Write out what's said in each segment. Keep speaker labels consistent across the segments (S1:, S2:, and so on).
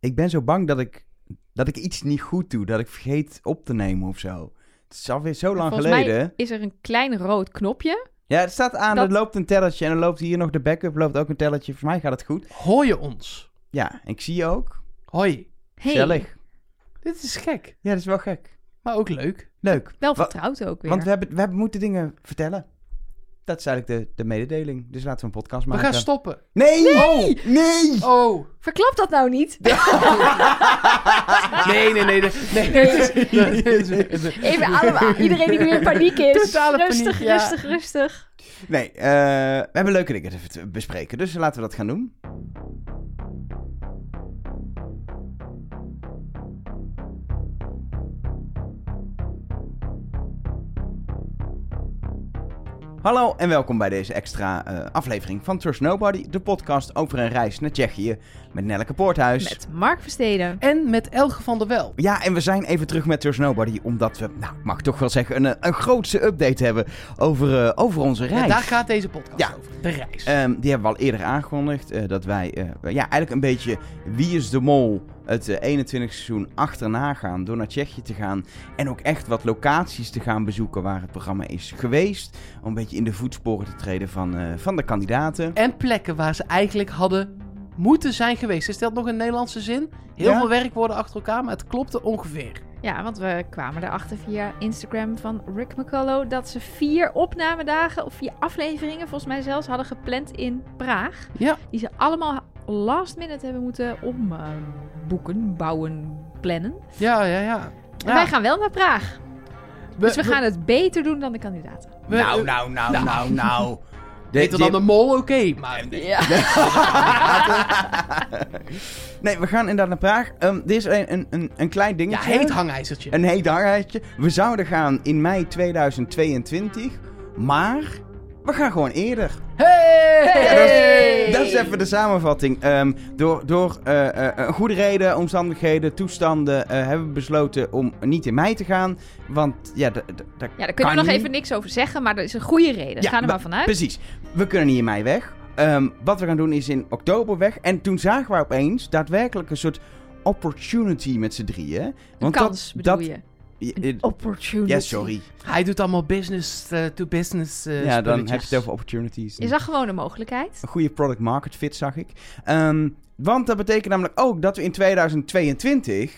S1: ik ben zo bang dat ik, dat ik iets niet goed doe. Dat ik vergeet op te nemen of zo. Het is alweer zo lang
S2: Volgens mij-
S1: geleden.
S2: Is er een klein rood knopje?
S1: Ja, het staat aan.
S2: Dat-
S1: Er loopt een tellertje en er loopt hier nog de backup. loopt ook een tellertje. Voor mij gaat het goed.
S3: Hoor je ons?
S1: Ja, ik zie je ook.
S3: Hoi.
S2: Hey,
S1: Gezellig.
S3: Dit is gek,
S1: Ja, dat is wel gek.
S3: maar ook leuk.
S1: Leuk.
S2: Wel
S1: Wa-
S2: vertrouwd ook weer.
S1: Want we hebben, we hebben moeten dingen vertellen. Dat is eigenlijk de, de mededeling. Dus laten we een podcast
S3: We
S1: maken.
S3: gaan stoppen.
S1: Nee!
S3: Nee!
S1: Oh, nee!
S3: Oh.
S2: Verklap dat nou niet.
S3: Nee, nee, nee. nee, nee.
S2: Even allemaal, iedereen die weer in paniek is.
S3: Totale paniek,
S2: rustig,
S3: ja.
S2: rustig, rustig.
S1: Nee, eh, we hebben leuke dingen te vert- bespreken. Dus laten we dat gaan doen. Hallo en welkom bij deze extra eh, aflevering van Trust Nobody, de podcast over een reis naar Tsjechië met Nelleke Poorthuis.
S2: Met Mark Versteden.
S3: En met Elge van der Wel.
S1: Ja, en we zijn even terug met Trust Nobody, omdat we, nou, mag ik toch wel zeggen, een, eh, een grootse update hebben over, eh, over onze reis.
S3: En daar gaat deze podcast
S1: Ja.
S3: over. De reis.
S1: Ehm, die hebben we al eerder aangekondigd. eh, dat wij eh, ja, eigenlijk een beetje Wie is de Mol het eh, 21 seizoen achterna gaan. Door naar Tsjechië te gaan. En ook echt wat locaties te gaan bezoeken waar het programma is geweest. Om een beetje in de voetsporen te treden van, eh, van de kandidaten.
S3: En plekken waar ze eigenlijk hadden moeten zijn geweest. Is dat nog een Nederlandse zin? Heel
S1: Ja.
S3: veel werkwoorden achter elkaar, maar het klopte ongeveer.
S2: Ja, want we kwamen erachter via Instagram van Rick McCullough dat ze vier opnamedagen of vier afleveringen volgens mij zelfs hadden gepland in Praag.
S3: Ja.
S2: Die ze allemaal last minute hebben moeten omboeken, bouwen, plannen.
S3: Ja, ja, ja.
S2: En wij gaan wel naar Praag. Dus we, gaan het beter doen dan de kandidaten.
S1: nou, nou, nou, nou, nou, De-
S3: Beter dan
S1: de-
S3: de mol, oké. maar
S2: Ja.
S1: Nee, we gaan inderdaad naar Praag. Ehm, dit is een, een, een, een klein
S3: ja,
S1: dingetje.
S3: heet hangijzertje.
S1: Een heet hangijtje. We zouden gaan in mei 2022. Maar we gaan gewoon eerder.
S3: Hey!
S1: Ja, dat,
S2: Hey!
S1: is, dat is even de samenvatting. Ehm, door door eh, eh, eh, goede reden, omstandigheden, toestanden eh, hebben we besloten om niet in mei te gaan. Want ja, d- d- dat
S2: Ja, daar
S1: kan
S2: kunnen we nog
S1: niet.
S2: even niks over zeggen, maar dat is een goede reden.
S1: Ja,
S2: Ga er
S1: we-
S2: maar vanuit.
S1: Precies. We kunnen niet in mei weg. Ehm, wat we gaan doen is in oktober weg. En toen zagen we opeens daadwerkelijk een soort opportunity met z'n drieën.
S2: Een
S1: Want
S2: kans bedoel je.
S1: je. eh,
S2: Opportunity.
S1: Ja, sorry.
S3: Hij doet allemaal business eh, to business eh,
S1: ja, dan
S3: spulletjes.
S1: heb je het over opportunities.
S2: Je zag gewoon een mogelijkheid.
S1: Een goede product market fit zag ik. Ehm, want dat betekent namelijk ook dat we in 2022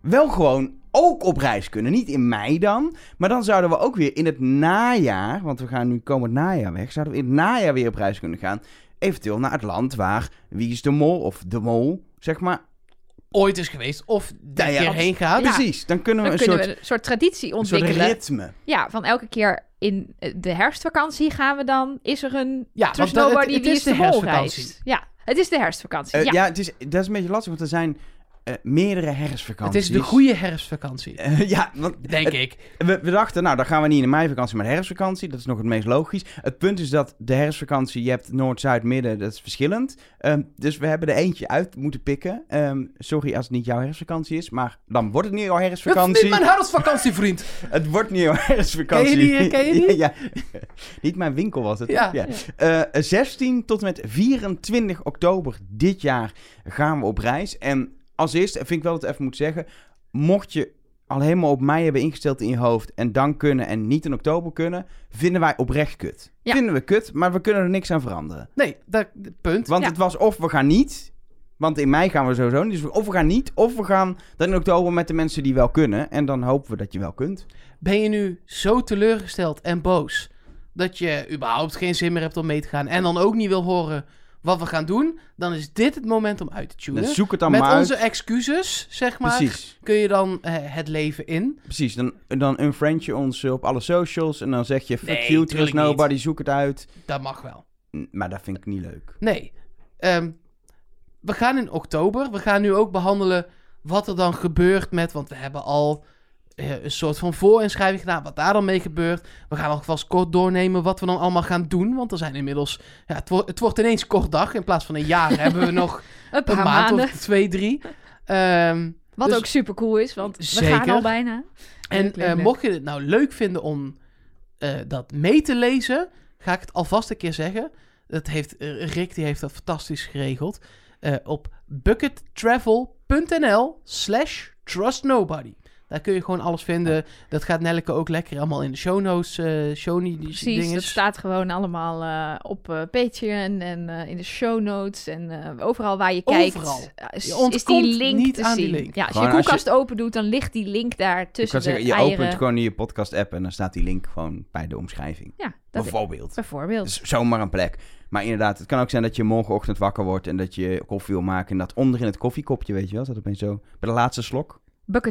S1: wel gewoon ook op reis kunnen. Niet in mei dan, maar dan zouden we ook weer in het najaar, want we gaan nu komend najaar weg, zouden we in het najaar weer op reis kunnen gaan. Eventueel naar het land waar Wie is de Mol of De Mol, zeg maar.
S3: Ooit is geweest of daar
S1: Nou ja,
S3: keer
S1: dat-
S3: heen gaat.
S2: Ja.
S1: Precies, dan kunnen we
S2: Dan
S1: een
S2: kunnen
S1: soort,
S2: we een soort traditie
S1: een soort
S2: ontwikkelen.
S1: ritme.
S2: ja, van elke keer in eh, de herfstvakantie gaan we dan. Is
S1: Ah,
S2: er een
S3: Ja,
S2: Trust
S3: want dat-
S2: Nobody
S3: het- het
S2: Wie
S3: is
S2: is de,
S3: de
S2: Mol
S3: herfstvakantie.
S2: reis. Ja, het is de herfstvakantie.
S1: Eh,
S2: ja.
S1: ja, het is, dat is een beetje lastig, want er zijn eh, meerdere
S3: Het
S1: herfstvakanties.
S3: is de goede herfstvakantie,
S1: Eh, ja, want
S3: denk ik.
S1: We, we dachten, nou, dan gaan we niet in de meivakantie, maar de herfstvakantie. Dat is nog het meest logisch. Het punt is dat de herfstvakantie, je hebt noord, zuid, midden, dat is verschillend. Ehm, dus we hebben er eentje uit moeten pikken. Ehm, sorry als het niet jouw herfstvakantie is, maar dan wordt het niet jouw
S3: Het is
S1: herfstvakantie.
S3: niet mijn herfstvakantie, vriend.
S1: Het wordt niet jouw herfstvakantie.
S3: Ken je die, eh, ken je die?
S1: ja, ja. Niet mijn winkel was het.
S3: Ja.
S1: Eh, 16 tot en met 24 oktober dit jaar gaan we op reis. En als eerste vind ik wel dat ik even moet zeggen... mocht je al helemaal op mei hebben ingesteld in je hoofd... en dan kunnen en niet in oktober kunnen... vinden wij oprecht kut.
S2: Ja.
S1: Vinden we kut, maar we kunnen er niks aan veranderen.
S3: Nee, dat, punt.
S1: Want
S2: Ja.
S1: het was of we gaan niet... Want in mei gaan we sowieso niet. Dus of we gaan niet, of we gaan dan in oktober met de mensen die wel kunnen. En dan hopen we dat je wel kunt.
S3: Ben je nu zo teleurgesteld en boos dat je überhaupt geen zin meer hebt om mee te gaan en dan ook niet wil horen wat we gaan doen, dan is dit het moment om uit te tunen.
S1: Dus zoek het dan
S3: Met
S1: maar
S3: onze
S1: uit.
S3: excuses, zeg maar,
S1: Precies,
S3: kun je dan eh, het leven in.
S1: precies. Dan, dan unfriend je ons eh, op alle socials en dan zeg je... Fuck
S3: Nee,
S1: you, trust
S3: tuurlijk niet.
S1: nobody, zoek het uit.
S3: Dat mag wel.
S1: N- Maar dat vind ik niet leuk.
S3: Nee. Ehm, we gaan in oktober. We gaan nu ook behandelen wat er dan gebeurt met. Want we hebben al eh, een soort van voorinschrijving gedaan. Wat daar dan mee gebeurt. We gaan alvast kort doornemen wat we dan allemaal gaan doen. Want er zijn inmiddels. Ja, het, wordt het wordt ineens kort dag. In plaats van een jaar hebben we nog
S2: een
S3: een
S2: paar
S3: maand
S2: maanden.
S3: of twee, drie. Ehm,
S2: Wat
S3: dus-
S2: ook super cool is, want we gaan
S3: Zeker.
S2: al bijna.
S3: en
S2: Leuk, leuk,
S3: eh,
S2: leuk.
S3: mocht je het nou leuk vinden om eh, dat mee te lezen, ga ik het alvast een keer zeggen. Dat heeft, eh, Rick die heeft dat fantastisch geregeld. Eh, op buckettravel.nl nl slash trustnobody. Daar kun je gewoon alles vinden. Dat gaat Nelke ook lekker allemaal in de show notes. eh show die
S2: Precies, dat
S3: dinges.
S2: staat gewoon allemaal eh, op eh, Patreon en eh, in de show notes en eh, overal waar je kijkt
S3: Overal.
S2: eh,
S3: Je
S2: is, is
S3: ontkomt
S2: die link
S3: niet
S2: te
S3: aan die
S2: zien.
S3: link.
S2: Ja, als je
S1: Gewoon
S2: je
S1: als je-
S2: koelkast open doet, dan ligt die link daar
S1: Ik
S2: tussen
S1: kan zeggen,
S2: de
S1: je
S2: eieren.
S1: opent gewoon je podcast-app en dan staat die link gewoon bij de omschrijving.
S2: Ja, dat
S1: Bijvoorbeeld.
S2: bijvoorbeeld.
S1: Dat is zomaar een plek. Maar inderdaad, het kan ook zijn dat je morgenochtend wakker wordt en dat je koffie wil maken. En dat onder in het koffiekopje, weet je wel, dat opeens zo bij de laatste slok.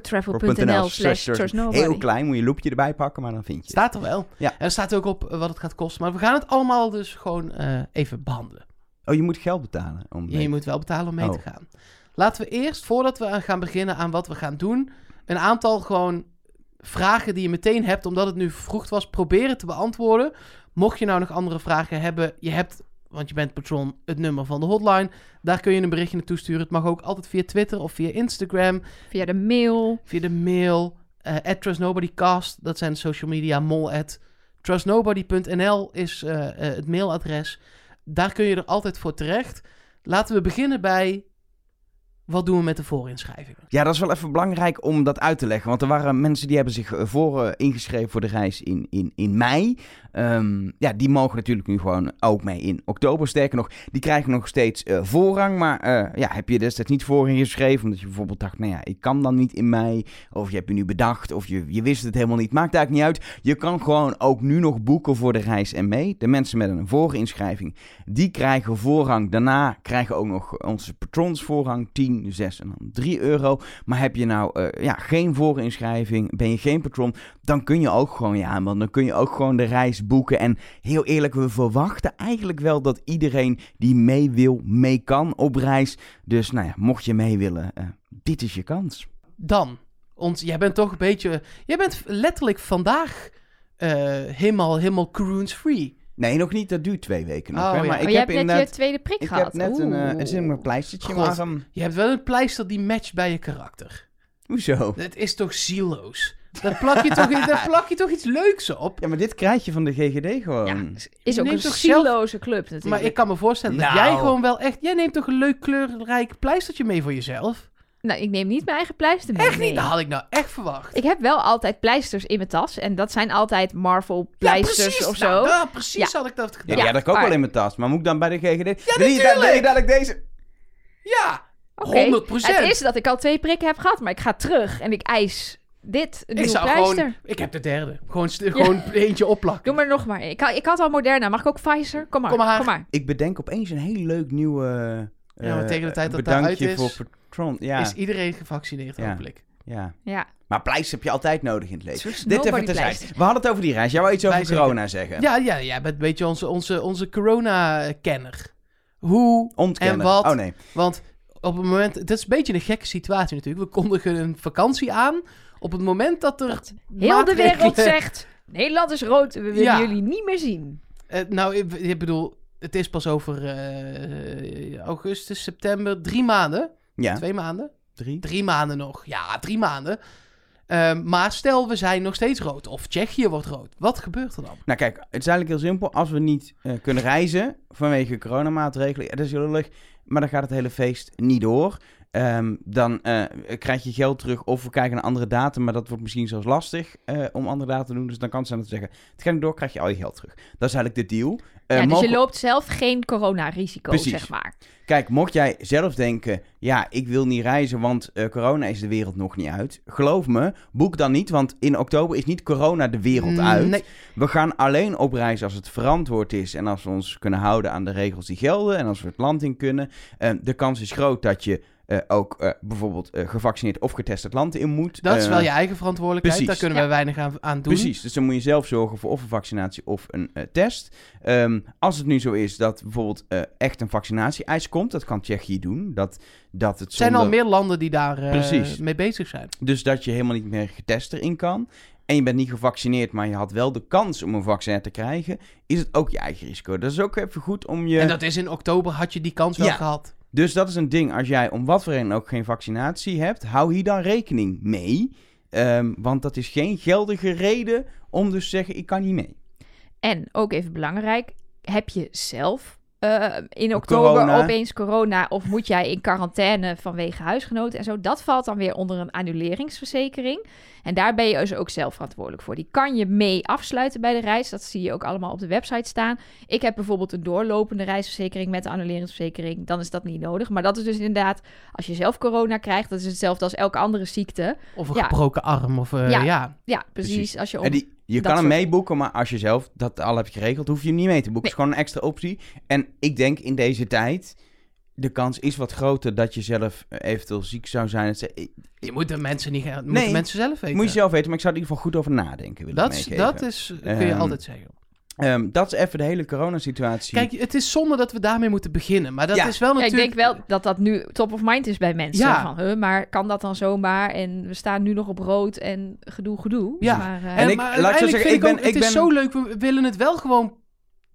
S2: Buckettravel.nl slash trustnobody.
S1: Heel klein, moet je een loepje erbij pakken, maar dan vind je het.
S3: Staat er wel.
S1: Ja.
S3: En er staat ook op eh, wat het gaat kosten. Maar we gaan het allemaal dus gewoon eh, even behandelen.
S1: Oh, je moet geld betalen. Om
S3: Ja, je moet wel betalen om mee te
S1: Oh.
S3: gaan. Laten we eerst, voordat we gaan beginnen aan wat we gaan doen, een aantal gewoon vragen die je meteen hebt, omdat het nu vroeg was, proberen te beantwoorden. Mocht je nou nog andere vragen hebben, je hebt, want je bent patron, het nummer van de hotline. Daar kun je een berichtje naartoe sturen. Het mag ook altijd via Twitter of via Instagram,
S2: Via de mail. Oh,
S3: via de mail, eh at trustnobodycast. Dat zijn de social media, mol at trustnobody.nl is eh, eh, het mailadres. Daar kun je er altijd voor terecht. Laten we beginnen bij wat doen we met de voorinschrijvingen.
S1: Ja, dat is wel even belangrijk om dat uit te leggen. Want er waren mensen die hebben zich eh, voor eh, ingeschreven voor de reis in, in, in mei. Ehm, ja, die mogen natuurlijk nu gewoon ook mee in oktober. Sterker nog, die krijgen nog steeds eh, voorrang. Maar eh, ja, heb je destijds niet voor ingeschreven? Omdat je bijvoorbeeld dacht, nou ja, ik kan dan niet in mei. Of je hebt je nu bedacht, of je, je wist het helemaal niet. Maakt eigenlijk niet uit. Je kan gewoon ook nu nog boeken voor de reis en mee. De mensen met een voorinschrijving, die krijgen voorrang. Daarna krijgen ook nog onze patrons voorrang. 10, 6 en dan 3 euro. Maar heb je nou eh, ja, geen voorinschrijving, ben je geen patron, dan kun je ook gewoon je aanmelden. Dan kun je ook gewoon de reis boeken. En heel eerlijk, we verwachten eigenlijk wel dat iedereen die mee wil, mee kan op reis. Dus nou ja, mocht je mee willen, eh, dit is je kans.
S3: Dan, ons, jij bent toch een beetje, jij bent letterlijk vandaag eh, helemaal, helemaal croons-free.
S1: Nee, nog niet. Dat duurt twee weken nog.
S3: Oh,
S1: hè,
S3: ja.
S1: Maar
S2: Oh,
S1: ik
S2: je
S1: heb
S2: hebt net je
S1: inderdaad...
S2: tweede prik
S1: Ik
S2: gehad.
S1: heb net een, ehm, eh,
S3: Oeh.
S1: het is een pleistertje in
S3: God.
S1: mijn arm.
S3: Je hebt wel een pleister die matcht bij je karakter.
S1: Hoezo?
S3: Dat is toch zieloos? Daar plak je toch, daar plak je toch iets leuks op?
S1: Ja, maar dit krijg je van de GGD gewoon.
S2: Ja, is
S3: Je
S2: ook een
S3: neemt toch zelf-
S2: zieloze club natuurlijk.
S3: Maar ik kan me voorstellen dat
S1: Nou.
S3: jij gewoon wel echt... Jij neemt toch een leuk kleurrijk pleistertje mee voor jezelf?
S2: Nou, ik neem niet mijn eigen pleister mee.
S3: Echt niet?
S2: nee.
S3: Dat had ik nou echt verwacht.
S2: Ik heb wel altijd pleisters in mijn tas. En dat zijn altijd Marvel
S3: Ja,
S2: pleisters
S3: precies,
S2: of zo.
S3: nou, daar, precies had ik dat
S1: Ja,
S3: gedaan.
S1: ja,
S3: Ja,
S1: dat kan ook
S2: maar-
S1: wel in mijn tas. Maar moet ik dan bij de GGD... Ja,
S3: natuurlijk!
S1: ik dadelijk deze...
S2: Oké.
S3: 100%.
S2: Het is dat ik al twee prikken heb gehad. Maar ik ga terug en ik eis dit een
S3: ik
S2: nieuwe
S3: zou
S2: pleister.
S3: gewoon... Ik heb de derde. Gewoon, st- gewoon eentje opplakken.
S2: Doe maar nog maar. Ik, ha- ik had al Moderna. Mag ik ook Pfizer? Kom maar.
S3: Kom maar.
S1: Ik bedenk opeens een heel leuk nieuwe... eh,
S3: Ja, maar tegen de tijd dat
S1: bedankje
S3: dat uit is,
S1: voor Patron. Ja,
S3: Is iedereen gevaccineerd,
S1: Ja.
S3: hopelijk.
S1: ja.
S2: Ja.
S1: Maar pleisters heb je altijd nodig in het leven.
S2: Trust
S1: Dit even
S2: nobody
S1: terzijde.
S2: pleisters.
S1: We hadden het over die reis. Jij wou iets over
S3: Wij zeggen-
S1: corona zeggen.
S3: Ja, ja, jij bent een beetje onze, onze, onze corona-kenner. Hoe
S1: Ontkennen.
S3: En wat?
S1: Oh nee.
S3: Want op het moment, het is een beetje een gekke situatie natuurlijk. We kondigen een vakantie aan. Op het moment dat er.
S2: Heel de
S3: maatregelen-
S2: wereld zegt... Nederland is rood. We willen
S3: Ja.
S2: jullie niet meer zien.
S3: Eh, nou, ik, ik bedoel, het is pas over eh, augustus, september, drie maanden.
S1: Ja.
S3: Twee maanden?
S1: Drie.
S3: Drie maanden nog. Ja, drie maanden. Ehm, maar stel, we zijn nog steeds rood. Of Tsjechië wordt rood. Wat gebeurt er dan?
S1: Nou kijk, het is eigenlijk heel simpel. Als we niet eh, kunnen reizen vanwege coronamaatregelen, ja, dat is heel lullig, maar dan gaat het hele feest niet door. Ehm, dan eh, krijg je geld terug of we kijken naar andere datum, maar dat wordt misschien zelfs lastig eh, om andere data te doen. Dus dan kan het zijn dat ze zeggen, het gaat niet door, krijg je al je geld terug. Dat is eigenlijk de deal. Eh,
S2: Ja, dus
S1: mogen-
S2: je loopt zelf geen coronarisico,
S1: Precies.
S2: zeg maar.
S1: Kijk, mocht jij zelf denken, ja, ik wil niet reizen, want eh, corona is de wereld nog niet uit. Geloof me, boek dan niet, want in oktober is niet corona de wereld uit.
S3: Mm, Nee.
S1: We gaan alleen op reis als het verantwoord is en als we ons kunnen houden aan de regels die gelden en als we het land in kunnen. Eh, de kans is groot dat je eh, ook eh, bijvoorbeeld eh, gevaccineerd of getest het land in moet.
S3: Dat is
S1: Eh,
S3: wel je eigen verantwoordelijkheid.
S1: precies.
S3: Daar kunnen wij weinig aan, aan doen.
S1: Precies, dus dan moet je zelf zorgen voor of een vaccinatie of een eh, test. Ehm, als het nu zo is dat bijvoorbeeld eh, echt een vaccinatie-eis komt, dat kan Tsjechië doen. Dat, dat het
S3: Er zijn al
S1: zonder-
S3: meer landen die daar eh,
S1: Precies.
S3: mee bezig zijn.
S1: Dus dat je helemaal niet meer getest erin kan. En je bent niet gevaccineerd, maar je had wel de kans om een vaccin te krijgen. Is het ook je eigen risico? Dat is ook even goed om je.
S3: En dat is in oktober, had je die kans wel
S1: Ja.
S3: gehad.
S1: Dus dat is een ding. Als jij om wat voor reden ook geen vaccinatie hebt, hou hier dan rekening mee. Ehm, want dat is geen geldige reden om dus te zeggen: ik kan niet mee.
S2: En ook even belangrijk, heb je zelf eh, eh, in oktober
S1: Corona.
S2: opeens corona of moet jij in quarantaine vanwege huisgenoten en zo. Dat valt dan weer onder een annuleringsverzekering. En daar ben je dus ook zelf verantwoordelijk voor. Die kan je mee afsluiten bij de reis. Dat zie je ook allemaal op de website staan. Ik heb bijvoorbeeld een doorlopende reisverzekering met de annuleringsverzekering. Dan is dat niet nodig. Maar dat is dus inderdaad, als je zelf corona krijgt, dat is hetzelfde als elke andere ziekte.
S3: Of een
S2: Ja.
S3: gebroken arm. Of, eh,
S2: Ja.
S3: ja.
S2: Ja, precies.
S1: Precies.
S2: Als je om...
S1: En die, je
S2: dat
S1: kan hem
S2: soort-
S1: meeboeken, maar als je zelf dat al hebt geregeld, hoef je hem niet mee te boeken. Het is gewoon een extra optie. En ik denk in deze tijd, de kans is wat groter dat je zelf eh, eventueel ziek zou zijn. Het is-
S3: Je moet de mensen niet moeten
S1: Nee,
S3: mensen zelf weten.
S1: Moet je zelf weten, maar ik zou er in ieder geval goed over nadenken willen
S3: dat, is-
S1: meegeven.
S3: dat is, kun je
S1: Ehm,
S3: altijd zeggen.
S1: Ehm, dat is even de hele coronasituatie.
S3: Kijk, het is zonde dat we daarmee moeten beginnen. Maar dat
S1: Ja.
S3: is wel
S2: Ja,
S3: natuurlijk...
S2: ik denk wel dat dat nu top of mind is bij mensen.
S3: Ja.
S2: Van, huh, maar kan dat dan zomaar? En we staan nu nog op rood en gedoe, gedoe.
S3: Ja.
S2: Maar, eh,
S1: En
S3: En
S1: ik-
S3: maar
S1: laat ik zo
S3: uiteindelijk
S1: zeggen,
S3: vind
S1: ik ben-
S3: ook, het
S1: ik
S3: is
S1: ben-
S3: zo leuk, we willen het wel gewoon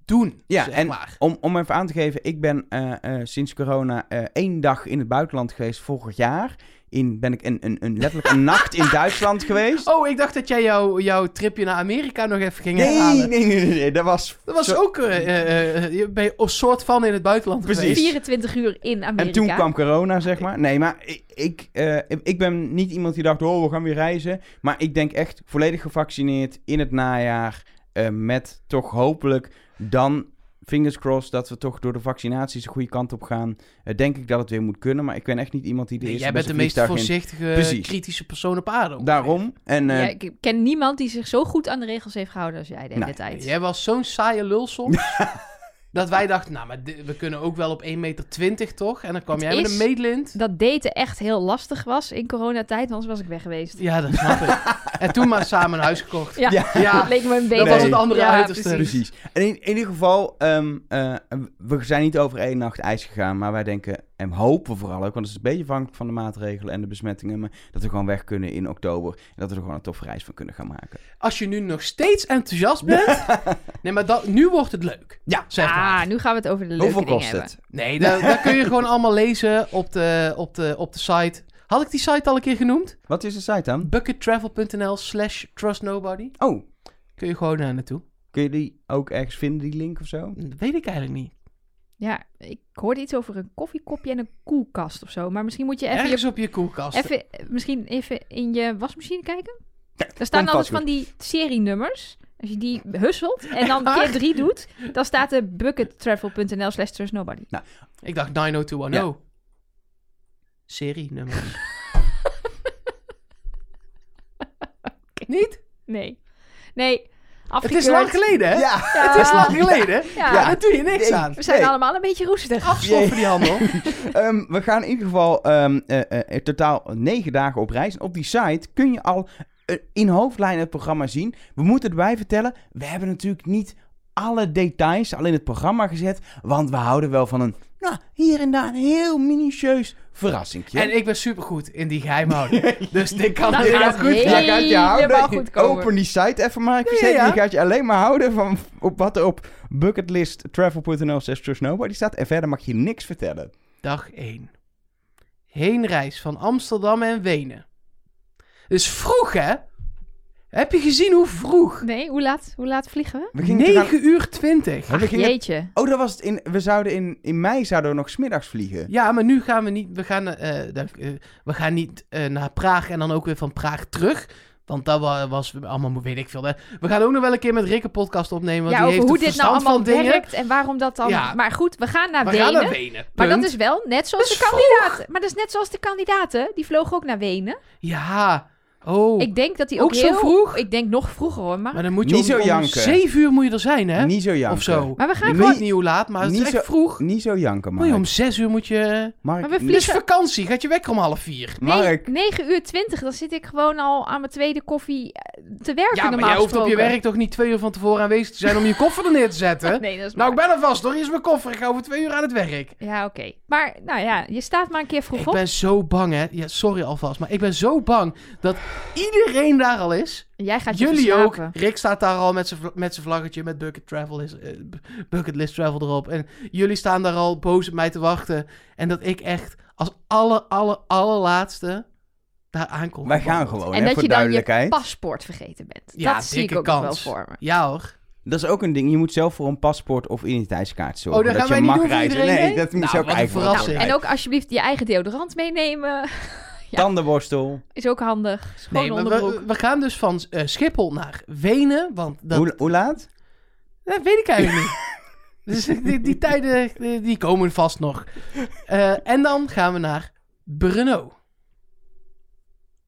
S3: doen.
S1: Ja,
S3: zeg
S1: en-
S3: maar.
S1: Om, om even aan te geven, ik ben eh, eh, sinds corona eh, één dag in het buitenland geweest vorig jaar. In, ben ik een, een, een, letterlijk een nacht in Duitsland geweest.
S3: Oh, ik dacht dat jij jouw- jouw tripje naar Amerika nog even ging
S1: nee, nee,
S3: herhalen.
S1: nee, nee, nee, dat was...
S3: Dat was
S1: zo-
S3: ook, eh, eh, eh, je ben je een soort van in het buitenland
S1: Precies.
S3: geweest.
S2: 24 uur in Amerika.
S1: En toen kwam corona, zeg maar. Nee, maar ik, ik, eh, ik ben niet iemand die dacht, oh, we gaan weer reizen. Maar ik denk echt volledig gevaccineerd in het najaar. eh, met toch hopelijk dan, fingers crossed, dat we toch door de vaccinaties de goede kant op gaan. Eh, denk ik dat het weer moet kunnen. Maar ik ben echt niet iemand die de
S3: Nee,
S1: eerste
S3: jij bent de
S1: beste
S3: meest
S1: vliegtuig in-
S3: voorzichtige,
S1: Precies.
S3: kritische persoon op aarde. ongeveer.
S1: Daarom. En eh,
S2: Ja, ik ken niemand die zich zo goed aan de regels heeft gehouden als jij de hele
S1: Nee.
S2: tijd.
S3: Jij was zo'n saaie lul soms. dat wij dachten, nou, maar di- we kunnen ook wel op 1,20 meter toch? En dan kwam
S2: Het
S3: jij met
S2: is-
S3: een meetlint.
S2: Dat daten echt heel lastig was in coronatijd, anders was ik weg geweest.
S3: Ja, dat snap ik. en toen maar samen een huis gekocht.
S2: Ja,
S1: Ja.
S2: dat leek me een beetje...
S1: was het dus
S3: andere
S2: ja,
S3: uiterste.
S2: precies.
S1: precies. En in, in ieder geval, ehm, eh, we zijn niet over één nacht ijs gegaan. Maar wij denken, en hopen vooral ook, want het is een beetje afhankelijk van de maatregelen en de besmettingen. Maar dat we gewoon weg kunnen in oktober. En dat we er gewoon een toffe reis van kunnen gaan maken.
S3: Als je nu nog steeds enthousiast bent. nee, maar dat, nu wordt het leuk.
S1: Ja.
S3: Zeg maar.
S2: Ah, nu gaan we het over de leuke
S1: Hoeveel
S2: dingen
S1: kost
S2: hebben.
S1: het?
S3: Nee, dat, dat kun je gewoon allemaal lezen op de, op, de, op de site. Had ik die site al een keer genoemd?
S1: Wat is de site dan?
S3: Buckettravel.nl slash trustnobody.
S1: Oh,
S3: Kun je gewoon naar naartoe.
S1: kun je die ook ergens vinden, die link of zo?
S3: Dat weet ik eigenlijk niet.
S2: Ja, ik hoorde iets over een koffiekopje en een koelkast of zo. Maar misschien moet je even je
S3: Ergens op je koelkast.
S2: Even, eh, misschien even in je wasmachine kijken. Er staan
S1: komt
S2: altijd
S1: vast
S2: van die serienummers. Als je die husselt en dan keer drie doet, dan staat er buckettravel.nl slash trustnobody.
S3: Ik dacht 90210. Serie nummer. Niet?
S2: Nee. Nee.
S3: Het
S2: Afgekeurd.
S3: is lang geleden, hè?
S1: Ja,
S2: Ja.
S3: Het is lang geleden.
S2: Ja,
S3: Ja, daar doe je niks
S1: Nee.
S3: aan.
S2: We zijn
S1: Nee.
S2: allemaal een beetje roestig.
S3: Afstoffen die handel.
S1: Ehm, we gaan in ieder geval ehm, eh, eh, in totaal negen dagen op reis. En op die site kun je al eh, in hoofdlijnen het programma zien. We moeten erbij vertellen, we hebben natuurlijk niet alle details al in het programma gezet. Want we houden wel van een, nou, hier en daar een heel minutieus verrassingje.
S3: En ik ben supergoed in die geheimhouding. dus dit kan
S2: Dat
S3: dit
S2: gaat
S3: kan goed.
S2: heel-
S3: gaan.
S1: je gaat je
S2: helemaal
S1: houden.
S2: goed komen.
S1: Open die site even maar. Ik
S3: Ja,
S1: verzeker,
S3: ja.
S1: Je gaat je alleen maar houden van op wat er op bucketlisttravel.nl slash trustnobody staat. En verder mag je niks vertellen.
S3: Dag 1. Heenreis van Amsterdam en Wenen. Dus vroeg, hè? Heb je gezien hoe vroeg?
S2: Nee, hoe laat, hoe laat vliegen we?
S1: We gingen te gaan-
S3: 9 uur 20.
S1: we gingen
S2: Jeetje.
S1: Oh, dat was het in. We zouden in, in mei zouden we nog smiddags vliegen.
S3: Ja, maar nu gaan we niet, we gaan, eh, dan- eh, we gaan niet eh, naar Praag en dan ook weer van Praag terug. Want dat wa- was allemaal, weet ik veel. hè. We gaan ook nog wel een keer met Rick een podcast opnemen. Want
S2: Ja,
S3: die
S2: over
S3: heeft
S2: hoe
S3: het
S2: dit nou
S3: verstand
S2: allemaal
S3: van dingen.
S2: werkt en waarom dat dan...
S3: Ja.
S2: Maar goed, we gaan naar
S3: we
S2: Wenen.
S3: gaan naar Wenen.
S2: maar dat
S3: punt.
S2: is wel net zoals
S3: Dat is
S2: de kandidaten. Maar dat is net zoals de kandidaten. Die vlogen ook naar Wenen.
S3: Ja. Oh.
S2: Ik denk dat die ook,
S3: Ook zo
S2: heel-
S3: vroeg?
S2: Ik denk nog vroeger hoor. Maar,
S3: maar dan moet je
S1: Niet
S3: om,
S1: zo
S3: om
S1: janken.
S3: 7 uur moet je er zijn, hè?
S1: Niet zo janken.
S3: Of zo. Oh,
S2: maar we gaan
S3: Ik
S1: Nee.
S3: weet niet hoe laat, maar het is
S1: Niet
S3: echt
S1: zo-
S3: vroeg.
S1: Niet zo janken,
S3: Moet je om
S1: Mark.
S3: 6 uur moet je...
S1: Mark,
S2: Maar we
S3: Het
S2: vliegen-
S3: is vakantie. Gaat je wekker om half 4.
S1: Mark,
S2: 9 uur 20, dan zit ik gewoon al aan mijn tweede koffie eh, te werken
S3: Ja, maar
S2: normaal
S3: jij hoeft op je
S2: gesproken.
S3: werk toch niet twee uur van tevoren aanwezig te zijn om je koffer er neer te zetten?
S2: Nee, dat is
S3: Nou, ik
S2: waar.
S3: ben er vast. Hoor Hier is mijn koffer. Ik ga over twee uur aan het werk.
S2: Ja, oké. Maar, nou ja, je staat maar een keer vroeg
S3: Ik
S2: op.
S3: ben zo bang, hè. Ja, sorry alvast, maar ik ben zo bang dat iedereen daar al is.
S2: En Jij gaat je
S3: Jullie ook.
S2: verslapen.
S3: Rick staat daar al met zijn vla- met zijn vlaggetje met bucket, travel is, eh, b- bucket List Travel erop. En jullie staan daar al boos op mij te wachten. En dat ik echt als aller, aller, allerlaatste daar aankom.
S1: wij gaan gewoon.
S2: En
S1: hè,
S2: dat
S1: voor
S2: je dan je
S1: duidelijkheid.
S2: paspoort vergeten bent.
S3: Oh, Ja,
S2: dat zie ik
S3: dikke
S2: ook nog wel
S3: kans.
S2: voor me.
S3: Ja hoor.
S1: Dat is ook een ding. Je moet zelf voor een paspoort of identiteitskaart zorgen.
S3: Oh, dat
S1: dat
S3: gaan
S1: je
S3: wij niet
S1: mag
S3: doen voor
S1: reizen.
S3: iedereen,
S1: Nee,
S3: nee?
S1: dat moet
S3: Nou,
S1: je ook
S3: wat een
S1: eigenlijk
S2: Nou,
S3: verrassing.
S2: en ook alsjeblieft je eigen deodorant meenemen. ja.
S1: Tandenborstel.
S2: Is ook handig. Schoon
S3: Nee, maar
S2: onderbroek.
S3: we, we gaan dus van eh, Schiphol naar Wenen, want dat,
S1: Hoe, hoe laat?
S3: dat weet ik eigenlijk niet. Dus die, die tijden, eh, die, die komen vast nog. Eh, en dan gaan we naar Brno.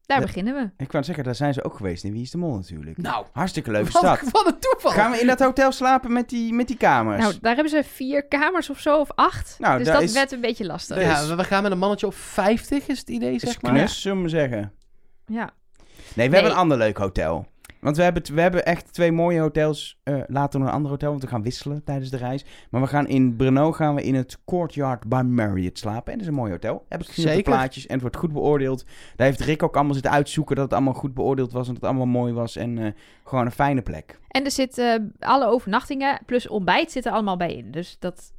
S2: Daar
S1: we-
S2: beginnen we.
S1: Ik wou zeggen, daar zijn ze ook geweest in Wie is de Mol natuurlijk.
S3: Nou,
S1: Hartstikke leuke
S3: wat,
S1: stad.
S3: wat een toeval.
S1: Gaan we in dat hotel slapen met die, met die kamers?
S2: Nou, daar hebben ze vier kamers of zo, of acht.
S1: Nou,
S2: dus
S1: daar
S2: dat
S1: is-
S2: werd een beetje lastig.
S1: Daar-
S3: ja, we, we gaan met een mannetje op 50, is het idee,
S1: is
S3: zeg maar.
S1: knus, zullen we maar zeggen.
S2: Ja.
S1: Nee, we
S2: Nee.
S1: hebben een ander leuk hotel. Want we hebben, t- we hebben echt twee mooie hotels. eh, later nog een ander hotel, want we gaan wisselen tijdens de reis. Maar we gaan in Brno gaan we in het Courtyard by Marriott slapen. En dat is een mooi hotel. Heb ik gezien op de
S3: Zeker.
S1: plaatjes. En het wordt goed beoordeeld. Daar heeft Rick ook allemaal zitten uitzoeken dat het allemaal goed beoordeeld was. En dat het allemaal mooi was. En eh, gewoon een fijne plek.
S2: En er zitten eh, alle overnachtingen plus ontbijt zitten allemaal bij in. Dus dat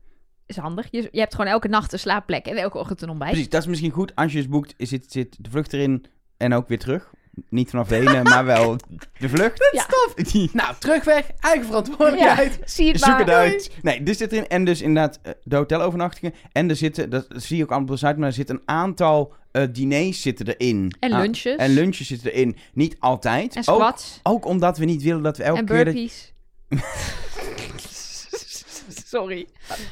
S2: is handig. Je, je hebt gewoon elke nacht een slaapplek en elke ochtend een ontbijt.
S1: Precies, dat is misschien goed. Als je eens boekt, zit, zit de vlucht erin en ook weer terug. Niet vanaf Wenen, maar wel de vlucht.
S2: Ja.
S1: Die-
S3: Nou, terugweg, eigen verantwoordelijkheid.
S2: Zie het
S1: Zoek
S2: maar.
S1: het uit. Nee, dus zit erin. En dus inderdaad eh, de hotelovernachtingen. En er zitten, dat zie je ook allemaal op de site, maar er zitten een aantal eh, diners zitten erin.
S2: En
S1: Ah,
S2: lunches.
S1: en lunches zitten erin. Niet altijd.
S2: En
S1: ook,
S2: squats.
S1: ook omdat we niet willen dat we elke
S2: En
S1: keer... dat-
S2: burpees. Sorry.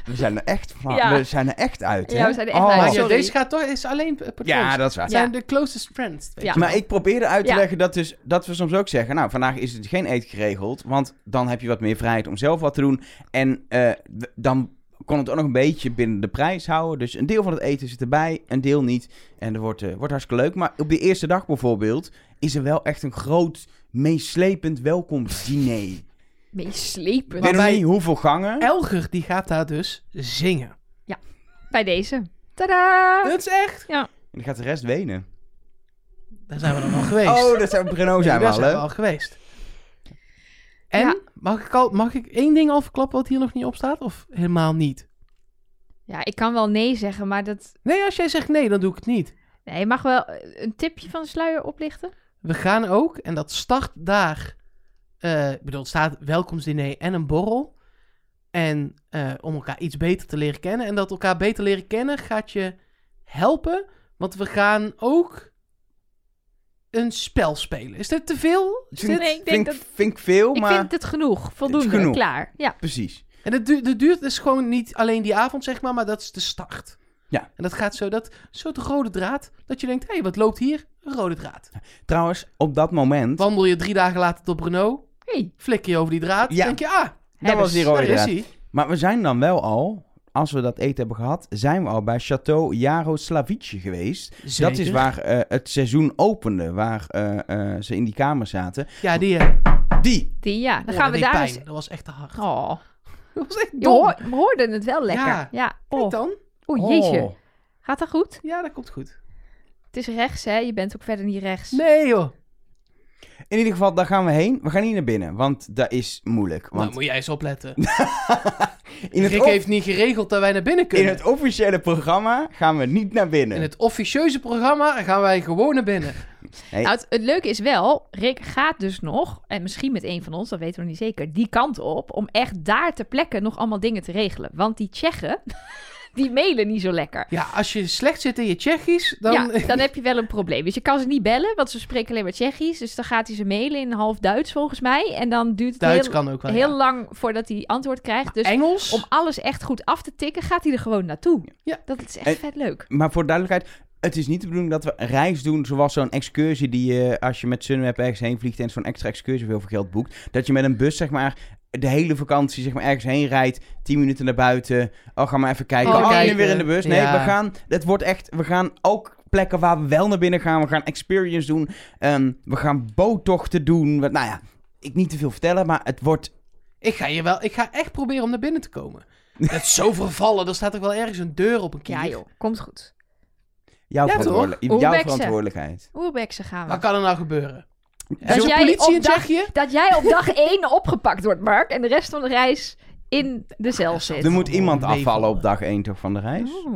S1: we zijn er echt van.
S2: Ja.
S1: We zijn er echt uit,
S2: Ja,
S1: hè?
S2: we zijn er echt
S1: Oh.
S2: uit,
S3: Maar ja,
S2: sorry.
S3: deze gaat toch, is alleen per
S1: Ja,
S3: persoon.
S1: dat is waar.
S3: Het zijn
S2: Ja.
S3: de closest friends. weet
S2: Ja.
S3: je wel.
S1: Maar ik probeerde uit te
S2: Ja.
S1: leggen dat, dus, dat we soms ook zeggen... nou, vandaag is het geen eten geregeld... want dan heb je wat meer vrijheid om zelf wat te doen. En eh, w- dan kon het ook nog een beetje binnen de prijs houden. Dus een deel van het eten zit erbij, een deel niet. En dat wordt, eh, wordt hartstikke leuk. Maar op de eerste dag bijvoorbeeld... is er wel echt een groot, meeslepend welkomstdiner. Ik
S2: Meeslepend.
S1: weet nog
S3: Waarbij-
S1: niet hoeveel gangen.
S3: Elger, die gaat daar dus zingen.
S2: Bij deze. Tadaa!
S3: Dat is echt.
S1: En dan gaat de rest wenen.
S3: Daar zijn we dan al geweest.
S1: Oh, dat zijn Breno
S3: Nee,
S1: zijn we
S3: daar
S1: al, hè?
S3: al geweest. En,
S2: Ja.
S3: mag, ik al, mag ik één ding al verklappen wat hier nog niet op staat? Of helemaal niet?
S2: Ja, ik kan wel nee zeggen, maar dat...
S3: Nee, als jij zegt nee, dan doe ik het niet.
S2: Nee, je mag wel eh, een tipje van de sluier oplichten.
S3: We gaan ook, en dat start daar. eh, ik bedoel, het staat welkomstdiner en een borrel. En eh, om elkaar iets beter te leren kennen. En dat elkaar beter leren kennen gaat je helpen. Want we gaan ook een spel spelen. Is dit te veel? Is dit-
S2: Nee, ik denk
S1: vind,
S2: dat-
S1: vind ik veel, maar...
S2: Ik vind het genoeg. Voldoende.
S1: Het is genoeg.
S2: Klaar. Ja.
S1: Precies.
S3: En dat, du dat duurt dus gewoon niet alleen die avond, zeg maar, maar dat is de start.
S1: Ja.
S3: En dat gaat zo, dat soort rode draad, dat je denkt, hé, hey, wat loopt hier? Een rode draad.
S1: Trouwens, op dat moment...
S3: Wandel je drie dagen later tot Brno,
S2: Hey,
S3: flikker je over die draad,
S1: Ja.
S3: denk je, ah,
S1: Dat was die
S2: Hebbers.
S1: rode
S3: daar is
S1: draad.
S3: hij.
S1: Maar we zijn dan wel al, als we dat eten hebben gehad, zijn we al bij Château Jaroslavice geweest. Dat is waar eh, het seizoen opende, waar eh, eh, ze in die kamer zaten.
S3: Ja, die, eh,
S1: Die!
S2: Die, ja. Dan
S3: oh,
S2: gaan
S3: dat
S2: we
S3: deed
S2: daar
S3: pijn.
S2: eens...
S3: Dat was echt te hard.
S2: Oh,
S3: Dat was echt
S2: je
S3: dom.
S2: hoor- we hoorden het wel lekker. Ja.
S3: Ja. Kijk
S2: Oh.
S3: dan.
S2: oh, jeetje.
S1: Oh.
S2: Gaat dat goed?
S3: Ja, dat komt goed.
S2: Het is rechts, hè? Je bent ook verder niet rechts.
S3: Nee, joh.
S1: In ieder geval, daar gaan we heen. We gaan niet naar binnen, want dat is moeilijk.
S3: Nou,
S1: Want
S3: moet jij eens opletten.
S1: in, het
S3: Rick
S1: of-
S3: heeft niet geregeld dat wij naar binnen
S1: in
S3: kunnen.
S1: het officiële programma gaan we niet naar binnen.
S3: In het officieuze programma gaan wij gewoon naar binnen.
S2: Nou, het, het leuke is wel, Rick gaat dus nog, en misschien met een van ons, dat weten we niet zeker, die kant op, om echt daar ter plekke nog allemaal dingen te regelen. Want die Tsjechen, die mailen niet zo lekker.
S3: Ja, als je slecht zit in je Tsjechisch, dan...
S2: ja, dan heb je wel een probleem. Dus je kan ze niet bellen, want ze spreken alleen maar Tsjechisch. Dus dan gaat hij ze mailen in half Duits volgens mij. En dan duurt het
S3: Duits
S2: heel,
S3: kan ook wel,
S2: heel
S3: ja.
S2: lang voordat hij antwoord krijgt. Dus
S3: Engels?
S2: om alles echt goed af te tikken, gaat hij er gewoon naartoe.
S3: Ja.
S2: Dat is echt
S1: En-
S2: vet leuk.
S1: Maar voor de duidelijkheid, het is niet de bedoeling dat we een reis doen zoals zo'n excursie die je als je met Sunweb ergens heen vliegt en zo'n extra excursie voor heel veel geld boekt. Dat je met een bus zeg maar de hele vakantie zeg maar ergens heen rijdt, 10 minuten naar buiten. Oh, ga maar even kijken.
S2: Oh,
S1: Oh,
S2: kijken.
S1: nu weer in de bus. Nee,
S3: Ja.
S1: we gaan, het wordt echt, we gaan ook plekken waar we wel naar binnen gaan. We gaan experience doen. Ehm, we gaan boottochten doen. Wat- Nou ja, ik niet te veel vertellen, maar het wordt...
S3: Ik ga je wel... Ik ga echt proberen om naar binnen te komen. Het is zo vervallen. Er staat ook wel ergens een deur op een kier.
S2: Ja joh, komt goed.
S1: Jouw,
S3: Ja, toch?
S1: verantwoordelijk-
S2: Hoe
S1: jouw
S2: back ze?
S1: verantwoordelijkheid.
S2: Oerbekse gaan we.
S3: Wat kan er nou gebeuren?
S2: Dat
S3: Is er
S2: jij
S3: politie
S2: op
S3: in
S2: dag-
S3: Tsjechië?
S2: Dat jij op dag 1 opgepakt wordt, Mark. En de rest van de reis in de cel zit.
S1: Er moet iemand
S3: meevallen.
S1: afvallen op dag 1 toch van de reis?
S2: Oh,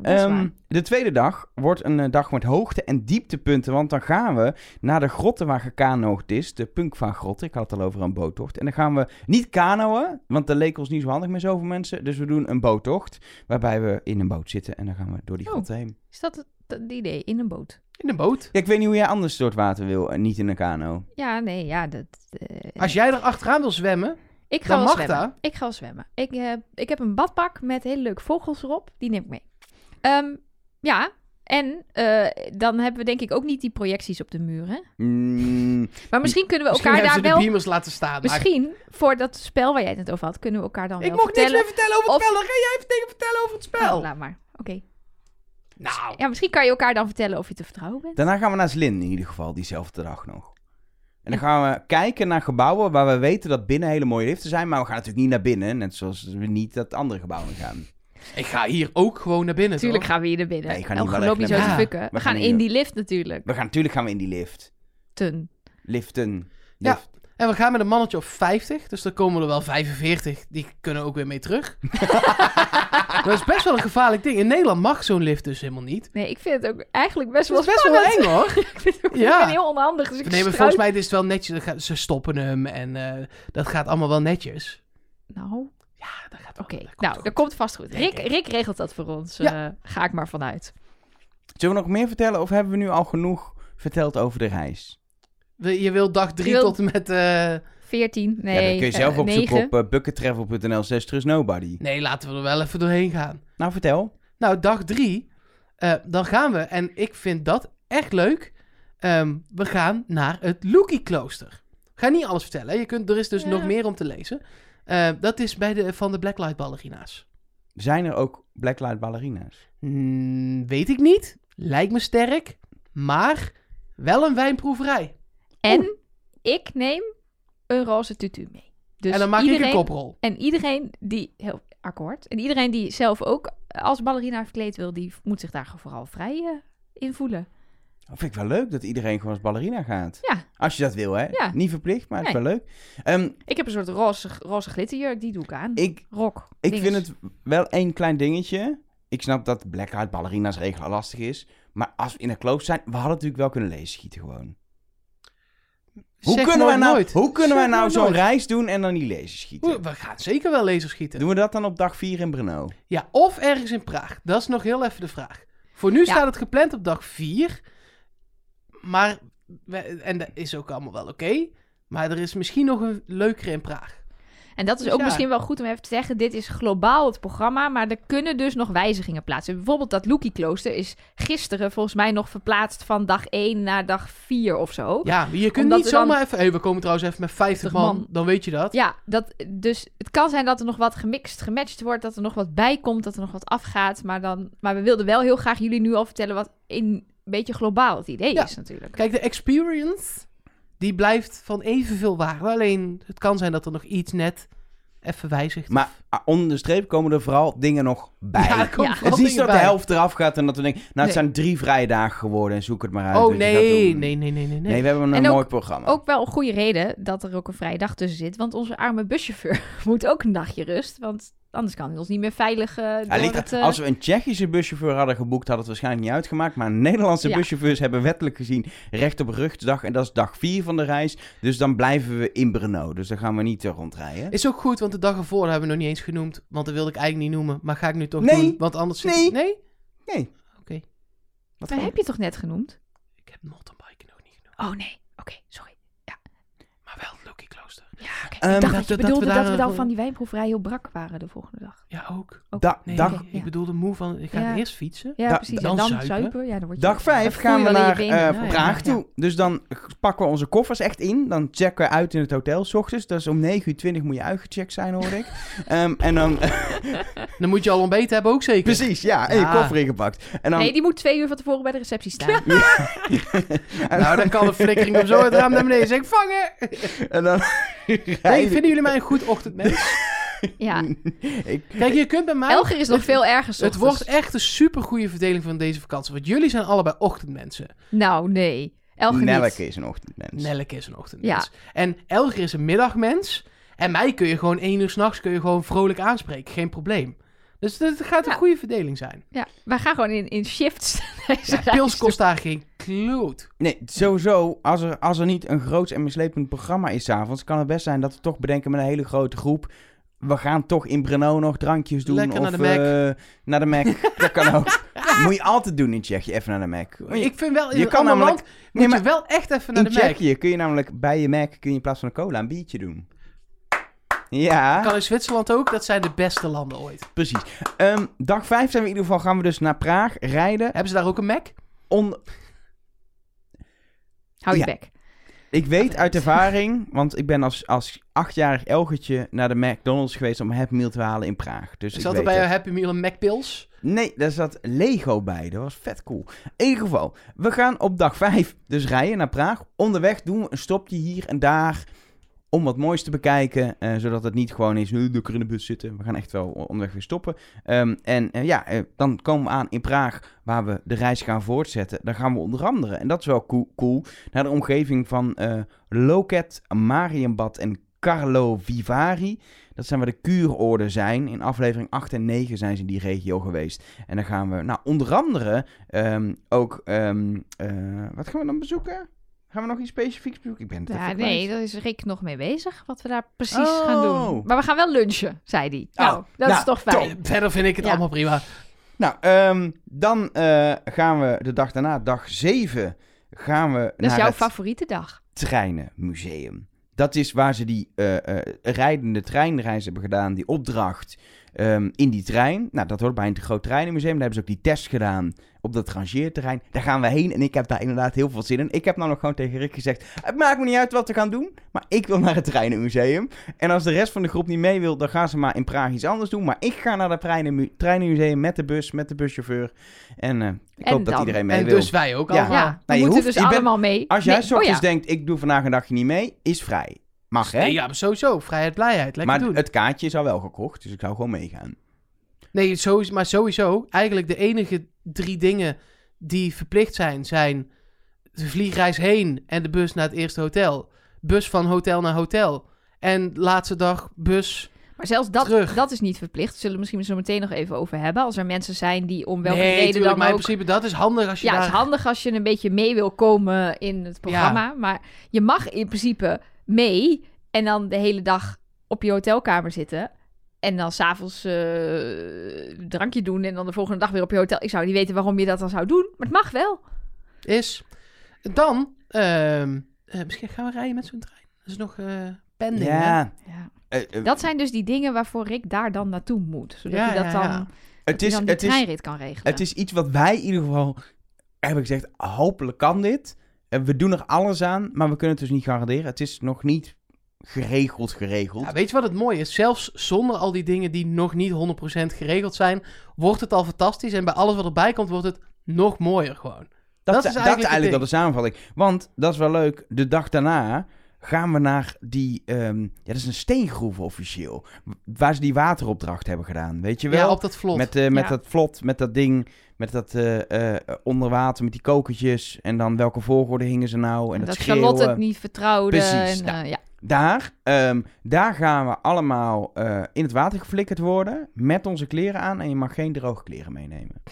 S2: dat is
S1: Ehm,
S2: waar.
S1: de tweede dag wordt een eh, dag met hoogte- en dieptepunten. Want dan gaan we naar de grotten waar gekanoogd is. De Punkva-grot. Ik had het al over een boottocht. En dan gaan we niet kanoën, want dat leek ons niet zo handig met zoveel mensen. Dus we doen een boottocht. Waarbij we in een boot zitten en dan gaan we door die
S2: Oh.
S1: grot heen.
S2: Is dat het, het idee? In een boot?
S3: In een boot.
S1: Ja, ik weet niet hoe jij anders door het water wil en niet in een kano.
S2: Ja, nee, ja. Dat, eh,
S3: Als jij er achteraan wil zwemmen,
S2: ik ga
S3: dan
S2: wel
S3: mag
S2: zwemmen.
S3: dat.
S2: Ik ga wel zwemmen. Ik, eh, ik heb een badpak met hele leuke vogels erop. Die neem ik mee. Ehm, ja, en eh, dan hebben we denk ik ook niet die projecties op de muren.
S1: Mm,
S2: Maar misschien kunnen we
S3: Misschien
S2: elkaar
S3: hebben
S2: daar
S3: ze
S2: wel...
S3: de beamers laten staan. maar-
S2: Misschien, voor dat spel waar jij het net over had, kunnen we elkaar dan
S3: Ik
S2: wel
S3: mocht niks
S2: vertellen.
S3: meer vertellen over het
S2: Of-
S3: spel. Dan ga jij even dingen vertellen over het spel.
S2: Oh, laat maar. Oké.
S3: nou,
S2: Ja, misschien kan je elkaar dan vertellen of je te vertrouwen bent.
S1: daarna gaan we naar Slin in ieder geval, diezelfde dag nog. En dan gaan we kijken naar gebouwen waar we weten dat binnen hele mooie liften zijn. Maar we gaan natuurlijk niet naar binnen. Net zoals we niet dat andere gebouwen gaan.
S3: ik ga hier ook gewoon naar binnen.
S2: Natuurlijk
S3: toch?
S2: gaan we hier naar binnen.
S1: Nee, ik ga
S2: Oh,
S1: niet wel
S2: loop
S1: even
S2: niet zo
S3: naar
S2: te
S3: binnen.
S2: fucken. We
S1: we
S2: gaan
S1: gaan
S2: in
S1: hier-
S2: die lift natuurlijk.
S1: We gaan natuurlijk gaan we in die lift.
S2: Ten.
S1: Liften.
S3: Ja.
S1: Lift.
S3: En we gaan met een mannetje op 50. Dus dan komen er wel 45. Die kunnen ook weer mee terug. dat is best wel een gevaarlijk ding. In Nederland mag zo'n lift dus helemaal niet.
S2: Nee, ik vind het ook eigenlijk best
S3: Dat
S2: wel
S3: is best wel
S2: spannend.
S3: eng hoor.
S2: ik vind het ook-
S3: Ja.
S2: ik ben heel onhandig. Dus ik
S3: Nee, maar
S2: struik-
S3: volgens mij is het wel netjes. Dat gaat- Ze stoppen hem en eh, dat gaat allemaal wel netjes.
S2: Nou,
S3: Ja, dat gaat wel-
S2: oké.
S3: dat Oh, komt
S2: Nou,
S3: goed.
S2: dat komt vast goed.
S3: Denk
S2: Rick, Rick regelt dat voor ons.
S3: Ja.
S2: eh, ga ik maar vanuit.
S1: Zullen we nog meer vertellen of hebben we nu al genoeg verteld over de reis?
S3: We- Je wil dag 3
S2: Je wil-
S3: tot en met... eh,
S2: 14, nee.
S1: ja, dat kun je zelf
S2: eh,
S1: opzoeken
S2: 9.
S1: op eh, buckettravel.nl slash trust nobody.
S3: Nee, laten we er wel even doorheen gaan.
S1: Nou, vertel.
S3: Nou, dag drie, eh, dan gaan we, en ik vind dat echt leuk, ehm, we gaan naar het Loekie Klooster. Ik ga niet alles vertellen, hè. je kunt, er is dus
S2: Ja.
S3: nog meer om te lezen. Eh, dat is bij de, van de Blacklight Ballerina's.
S1: Zijn er ook blacklight ballerina's?
S3: Hmm, weet ik niet, lijkt me sterk, maar wel een wijnproeverij.
S2: En ik neem een roze tutu mee. Dus
S3: en dan maak
S2: iedereen,
S3: ik een koprol.
S2: En iedereen die... Heel akkoord. En iedereen die zelf ook als ballerina verkleed wil, die moet zich daar vooral vrij eh, in voelen.
S1: Dat Oh, vind ik wel leuk dat iedereen gewoon als ballerina gaat.
S2: Ja.
S1: Als je dat wil, hè?
S2: Ja.
S1: Niet verplicht, maar het
S2: Nee.
S1: is wel leuk. Ehm,
S2: Ik heb een soort roze, roze glitterjurk, die doe ik aan.
S1: ik
S2: Rok.
S1: ik
S2: dinges.
S1: vind het wel één klein dingetje. Ik snap dat blacklight ballerina's regel lastig is. Maar als we in een kloof zijn, we hadden natuurlijk wel kunnen lezen schieten gewoon. Hoe
S3: Zeg
S1: kunnen,
S3: nooit
S1: wij nou,
S3: nooit.
S1: hoe kunnen
S3: Zeg
S1: wij nou
S3: nooit
S1: zo'n
S3: nooit.
S1: reis doen en dan niet lezen schieten?
S3: We gaan zeker wel lasers schieten.
S1: Doen we dat dan op dag 4 in Brno?
S3: Ja, of ergens in Praag. Dat is nog heel even de vraag. Voor nu staat het gepland op dag 4. Maar, we- en dat is ook allemaal wel oké. maar er is misschien nog een leukere in Praag.
S2: En dat is
S3: Dus
S2: ook
S3: ja.
S2: misschien wel goed om even te zeggen. Dit is globaal het programma, maar er kunnen dus nog wijzigingen plaatsen. Bijvoorbeeld dat Loekie Klooster is gisteren volgens mij nog verplaatst van dag 1 naar dag 4 of zo.
S3: Ja, je kunt
S2: Omdat
S3: niet
S2: we dan-
S3: zomaar even... Hé, we komen trouwens even met 50 man,
S2: man.
S3: Dan weet je dat.
S2: Ja, dat, dus het kan zijn dat er nog wat gemixt, gematcht wordt, dat er nog wat bij komt, dat er nog wat afgaat. Maar, dan, maar we wilden wel heel graag jullie nu al vertellen wat in, een beetje globaal het idee
S3: Ja.
S2: is natuurlijk.
S3: Kijk, de experience... Die blijft van evenveel waarde. Alleen, het kan zijn dat er nog iets net even wijzigt.
S1: Maar ah, onder de streep komen er vooral dingen nog bij.
S3: ja, er komen
S2: Ja.
S3: vooral
S1: het is niet
S3: dingen
S1: dat de
S3: bij.
S1: helft eraf gaat en dat we denken... Nou, het
S3: Nee.
S1: zijn drie vrije dagen geworden en zoek het maar uit.
S3: Oh,
S1: wat je gaat
S3: nee,
S1: doen.
S3: nee, nee, nee, nee.
S1: Nee, we hebben een
S2: En ook-
S1: mooi programma.
S2: Ook wel een goede reden dat er ook een vrije dag tussen zit. Want onze arme buschauffeur moet ook een dagje rust. Want anders kan hij ons niet meer veilig eh door
S1: Ja, ligt
S2: het...
S1: er-
S2: eh,
S1: Als we een Tsjechische buschauffeur hadden geboekt, had het waarschijnlijk niet uitgemaakt. Maar Nederlandse
S2: Ja.
S1: buschauffeurs hebben wettelijk gezien recht op rugdag. En dat is dag 4 van de reis. Dus dan blijven we in Brno. Dus dan gaan we niet eh, rondrijden.
S3: Is ook goed, want de dag ervoor hebben we nog niet eens genoemd. Want dat wilde ik eigenlijk niet noemen. Maar ga ik nu toch
S1: Nee.
S3: doen. Want anders... zit-
S1: Nee.
S3: Nee?
S1: Nee.
S3: Oké.
S1: Wat
S2: Maar
S1: gaan
S2: heb je toch net genoemd?
S3: Ik heb mountainbiken nog niet genoemd.
S2: Oh nee, oké, sorry.
S3: Maar wel het Loki Klooster.
S2: Ja, oké.
S1: Ehm,
S2: ik dacht
S3: dat-
S2: dat je
S3: dat we
S2: bedoelde dat we,
S3: daar
S2: dan
S3: een-
S2: van die wijnproeverij heel brak waren de volgende dag.
S3: Ja, ook.
S1: we- Da-
S3: Nee,
S1: dag,
S2: oké.
S3: ik
S2: ja.
S3: bedoelde moe van... Ik ga
S2: Ja.
S3: eerst fietsen.
S2: Ja,
S1: da-
S2: precies.
S3: dan
S2: en dan
S3: zuipen.
S2: zuipen. Ja, dan word je,
S1: Dag
S2: dat
S1: 5
S2: voel je
S1: gaan we
S2: wel in je
S1: naar eh,
S2: benen. Nou
S3: Ja, ja,
S1: Praag
S3: ja.
S1: toe. Dus dan pakken we onze koffers echt in. Dan checken we uit in het hotel s ochtends. Dat is om 9 uur 20 moet je uitgecheckt zijn, hoor ik. Ehm, en dan...
S3: Dan moet je al ontbeten hebben ook zeker.
S1: precies, ja. En je
S3: Ja.
S1: koffer ingepakt. En dan,
S2: Nee, die moet twee uur van tevoren bij de receptie staan.
S3: Nou, dan kan de flikkering op zo het raam naar beneden. Zeg, ik, vangen!
S1: en dan
S3: Hey,
S1: rijden-
S3: vinden jullie mij een goed ochtendmens?
S2: Ja.
S1: Ik-
S3: Kijk, je kunt bij mij...
S2: Elger is nog veel erger
S3: Het
S2: ochtends.
S3: wordt echt een supergoeie verdeling van deze vakantie. Want jullie zijn allebei ochtendmensen.
S2: Nou, nee. Elger niet.
S1: Nelke is een ochtendmens.
S3: Nelleke is een ochtendmens. En Elger is een middagmens. En mij kun je gewoon één uur s'nachts gewoon vrolijk aanspreken. Geen probleem. Dus het gaat een
S2: Ja.
S3: goede verdeling zijn.
S2: Ja, wij gaan gewoon in, in shifts. deze
S3: Ja,
S2: reis
S3: pils
S2: doen.
S3: kost daar geen kloot.
S1: Nee, sowieso, als er, als er niet een groots en mislepend programma is 's avonds, kan het best zijn dat we toch bedenken met een hele grote groep. We gaan toch in Brno nog drankjes doen.
S3: Lekker
S1: of,
S3: naar de Mac.
S1: eh, naar de Mac. dat kan ook. Moet je altijd doen in Tsjechië, even naar de Mac.
S3: Ik vind wel, in
S1: Oh, je
S3: een
S1: kan
S3: ander
S1: namelijk-
S3: land moet
S1: nee, maar
S3: je wel echt even naar
S1: in
S3: de Mac.
S1: Tsjechië kun je namelijk bij je Mac kun je in plaats van een cola een biertje doen. Ja.
S3: Kan in Zwitserland ook. Dat zijn de beste landen ooit.
S1: Precies. Ehm, dag 5 zijn we in ieder geval gaan we dus naar Praag rijden.
S3: Hebben ze daar ook een Mac?
S1: Dus On,
S2: Hou je
S1: Ja.
S2: bek.
S1: ik weet uit ervaring, want ik ben als, als achtjarig elgertje naar de McDonald's geweest om een Happy Meal te halen in Praag. Dus ik
S3: Zat er
S1: weet
S3: bij jouw
S1: het.
S3: Happy Meal een Mac Pils?
S1: Nee, daar zat Lego bij. Dat was vet cool. In ieder geval, we gaan op dag 5 dus rijden naar Praag. Onderweg doen we een stopje hier en daar om wat moois te bekijken. eh, zodat het niet gewoon is, "Eh, lekker in de bus zitten. We gaan echt wel onderweg weer stoppen. Ehm, en eh, ja, eh, dan komen we aan in Praag waar we de reis gaan voortzetten. Dan gaan we onder andere, en dat is wel cool, cool naar de omgeving van eh, Loket, Marienbad en Carlo Vivari. Dat zijn waar de kuuroorden zijn. In aflevering 8 en 9 zijn ze in die regio geweest. En dan gaan we, nou, onder andere ehm, ook, ehm, eh, wat gaan we dan bezoeken? Gaan we nog iets specifieks bezoeken? Ik ben het
S2: Ja,
S1: even
S2: nee,
S1: kwijt.
S2: daar is Rick nog mee bezig. Wat we daar precies
S1: Oh.
S2: gaan doen. Maar we gaan wel lunchen, zei hij. nou, dat
S1: nou,
S2: is toch fijn.
S3: Verder vind ik het
S2: Ja.
S3: allemaal prima.
S1: Nou, ehm, dan eh, gaan we de dag daarna, dag 7, gaan we
S2: Dat is
S1: naar
S2: jouw
S1: het
S2: favoriete dag.
S1: Treinenmuseum. Dat is waar ze die eh, eh, rijdende treinreis hebben gedaan, die opdracht ehm, in die trein. Nou, dat hoort bij een groot treinenmuseum. Daar hebben ze ook die test gedaan op dat rangeerterrein. Daar gaan we heen en ik heb daar inderdaad heel veel zin in. Ik heb namelijk gewoon tegen Rick gezegd, het maakt me niet uit wat we gaan doen, maar ik wil naar het treinenmuseum. En als de rest van de groep niet mee wil, dan gaan ze maar in Praag iets anders doen. Maar ik ga naar het treinenmu- treinenmuseum met de bus, met de buschauffeur. En eh, ik
S2: En
S1: hoop dat
S2: dan-
S1: iedereen mee
S3: En
S1: wil.
S3: dus wij ook
S1: Ja.
S3: allemaal.
S2: ja, we
S1: je
S2: moeten
S1: hoeft-
S2: dus
S1: je bent-
S2: allemaal mee.
S1: Als jij
S2: Nee,
S1: s
S2: oh ja.
S1: ochtends denkt, ik doe vandaag een dagje niet mee, is vrij. Mag hè?
S3: Nee, ja, maar sowieso. Vrijheid, blijheid. Lekker
S1: maar
S3: doen.
S1: het kaartje is al wel gekocht, dus ik zou gewoon meegaan.
S3: Nee, zo, maar sowieso. Eigenlijk de enige drie dingen die verplicht zijn, zijn de vliegreis heen en de bus naar het eerste hotel. Bus van hotel naar hotel. En laatste dag bus.
S2: Maar zelfs dat,
S3: Terug.
S2: dat is niet verplicht. Zullen we misschien zo meteen nog even over hebben. Als er mensen zijn die om welke
S3: nee,
S2: reden
S3: tuurlijk,
S2: dan
S3: maar
S2: ook...
S3: in principe dat is handig als je
S2: Ja,
S3: daar...
S2: het is handig als je een beetje mee wil komen in het programma. Maar je mag in principe mee en dan de hele dag op je hotelkamer zitten. En dan s'avonds eh drankje doen en dan de volgende dag weer op je hotel. Ik zou niet weten waarom je dat dan zou doen, maar het mag wel.
S3: is. Dan, ehm, eh, misschien gaan we rijden met zo'n trein. Dat is nog eh pending, hè?
S1: Ja.
S2: Ja.
S1: eh, eh,
S2: Dat zijn dus die dingen waarvoor Rick daar dan naartoe moet. Zodat
S3: Ja,
S2: hij dat
S3: ja,
S2: dan,
S3: ja.
S2: dat
S1: het,
S2: hij
S1: is,
S2: dan die
S1: het, is,
S2: treinrit kan regelen.
S1: het is iets wat wij in ieder geval hebben gezegd. Hopelijk kan dit. En we doen er alles aan, maar we kunnen het dus niet garanderen. Het is nog niet geregeld, geregeld.
S3: Ja, weet je wat het mooie is? Zelfs zonder al die dingen die nog niet 100% geregeld zijn, wordt het al fantastisch. En bij alles wat erbij komt, wordt het nog mooier gewoon.
S1: Dat,
S3: Dat
S1: is
S3: is
S1: eigenlijk,
S3: eigenlijk het
S1: wel de samenvatting. Want, dat is wel leuk, de dag daarna gaan we naar die... ehm, ja, dat is een steengroef officieel. Waar ze die wateropdracht hebben gedaan, weet je wel?
S3: Ja, op dat vlot.
S1: Met, eh, met
S2: Ja.
S1: dat vlot, met dat ding, met dat eh, eh, onder water, met die kokertjes. En dan welke volgorde hingen ze nou? En dat,
S2: dat
S1: schreeuwen.
S2: Charlotte het niet vertrouwde.
S1: Precies,
S2: en,
S1: nou.
S2: eh, ja.
S1: Daar, ehm, daar gaan we allemaal eh, in het water geflikkerd worden. Met onze kleren aan. En je mag geen droge kleren meenemen.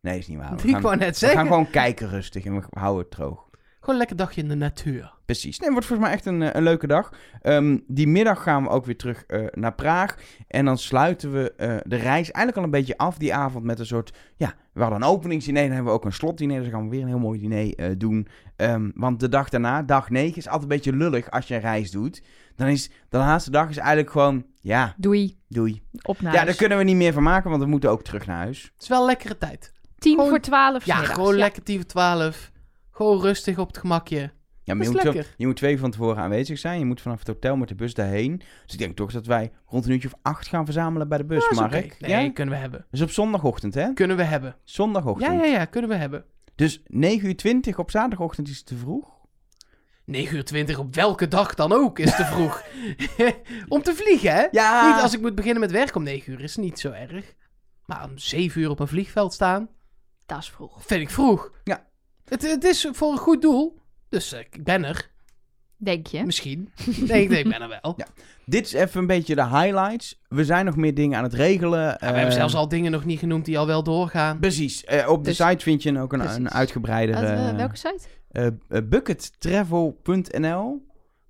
S1: Nee, is niet waar. We
S3: Die ik
S1: gaan,
S3: wou net
S1: we gaan
S3: zeggen. Gewoon...
S1: gewoon kijken rustig en we houden het droog.
S3: een lekker dagje in de natuur.
S1: Precies. Nee, het wordt volgens mij echt een, eh, een leuke dag. Ehm, die middag gaan we ook weer terug eh, naar Praag. En dan sluiten we eh, de reis eigenlijk al een beetje af die avond met een soort... Ja, we hadden een openingsdiner, dan hebben we ook een slotdiner. Dus dan gaan we weer een heel mooi diner eh, doen. Ehm, want de dag daarna, dag 9, is altijd een beetje lullig als je een reis doet. Dan is de laatste dag is eigenlijk gewoon... Ja,
S2: Doei,
S1: doei.
S2: op naar
S1: Ja,
S2: huis.
S1: daar kunnen we niet meer van maken, want we moeten ook terug naar huis.
S3: Het is wel een lekkere tijd.
S2: Tien
S3: gewoon-
S2: voor twaalf
S3: Ja,
S2: middags,
S3: gewoon lekker 10 voor 12. Gewoon rustig op het gemakje.
S1: Ja, maar
S3: Dat is
S1: je moet, wel-
S3: lekker.
S1: je moet twee uur van tevoren aanwezig zijn. Je moet vanaf het hotel met de bus daarheen. Dus ik denk toch dat wij rond een uurtje of acht gaan verzamelen bij de bus,
S3: Dat is
S1: Dus Mark.
S3: oké.
S1: Ja?
S3: Nee, kunnen we hebben.
S1: Dus op zondagochtend, hè?
S3: Kunnen we hebben. Ja,
S1: Zondagochtend.
S3: ja, ja, kunnen we hebben.
S1: Dus 9 uur 20 op zaterdagochtend is te vroeg.
S3: 9 uur 20 op welke dag dan ook is te vroeg. om te vliegen, hè?
S1: Ja,
S3: Niet als ik moet beginnen met werk om 9 uur is het niet zo erg. Maar om 7 uur op een vliegveld staan,
S2: Dat is vroeg.
S3: vind ik vroeg.
S1: Ja.
S3: Het, het is voor een goed doel, dus eh, ik ben er.
S2: Denk je?
S3: Misschien. Nee, nee, ik ben er wel.
S1: Ja. Dit is even een beetje de highlights. We zijn nog meer dingen aan het regelen. Eh,
S3: Ja, we hebben zelfs al dingen nog niet genoemd die al wel doorgaan.
S1: Precies. Eh, op
S2: Dus-
S1: de site vind je ook een,
S2: Precies.
S1: een uitgebreidere...
S2: Wat, eh, welke site?
S1: eh, eh, buckettravel.nl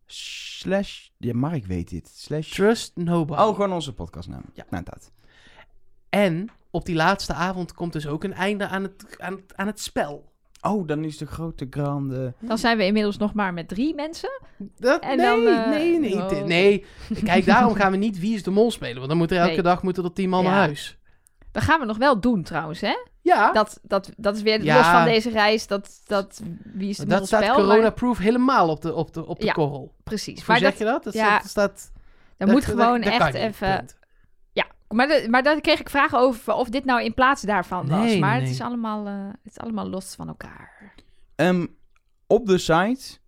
S1: slash... Ja, Mark weet dit. Slash...
S3: Trust nobody.
S1: Oh, gewoon onze podcastnaam.
S3: Ja.
S1: Nou, dat.
S3: En op die laatste avond komt dus ook een einde aan het, aan het, aan het spel.
S1: Oh, dan is de grote grande...
S2: Dan zijn we inmiddels nog maar met drie mensen.
S3: Dat,
S2: En
S3: nee,
S2: dan, eh,
S3: nee, nee,
S2: oh.
S3: nee, nee. Kijk, daarom gaan we niet Wie is de Mol spelen. Want dan moeten elke
S2: Nee.
S3: dag moeten er tien man
S2: Ja.
S3: naar huis.
S2: Dat gaan we nog wel doen trouwens, hè?
S3: Ja,
S2: Dat, dat, dat is weer
S3: Ja.
S2: los van deze reis. Dat, dat, wie is de
S3: dat,
S2: mol
S3: staat
S2: spel, maar-
S3: corona-proof helemaal op de, op de, op de
S2: Ja,
S3: korrel.
S2: precies.
S3: Hoe
S2: Maar
S3: zeg
S2: dat,
S3: je dat? Dat
S2: ja,
S3: staat... dat staat-
S2: dat
S3: dat-
S2: moet
S3: dat-
S2: gewoon
S3: dat kan
S2: echt
S3: niet,
S2: even...
S3: punt.
S2: Ja, maar, dat- maar daar kreeg ik vragen over of dit nou in plaats daarvan was.
S3: Nee,
S2: maar
S3: nee.
S2: het, is allemaal, eh, het is allemaal los van elkaar.
S1: Ehm, op de site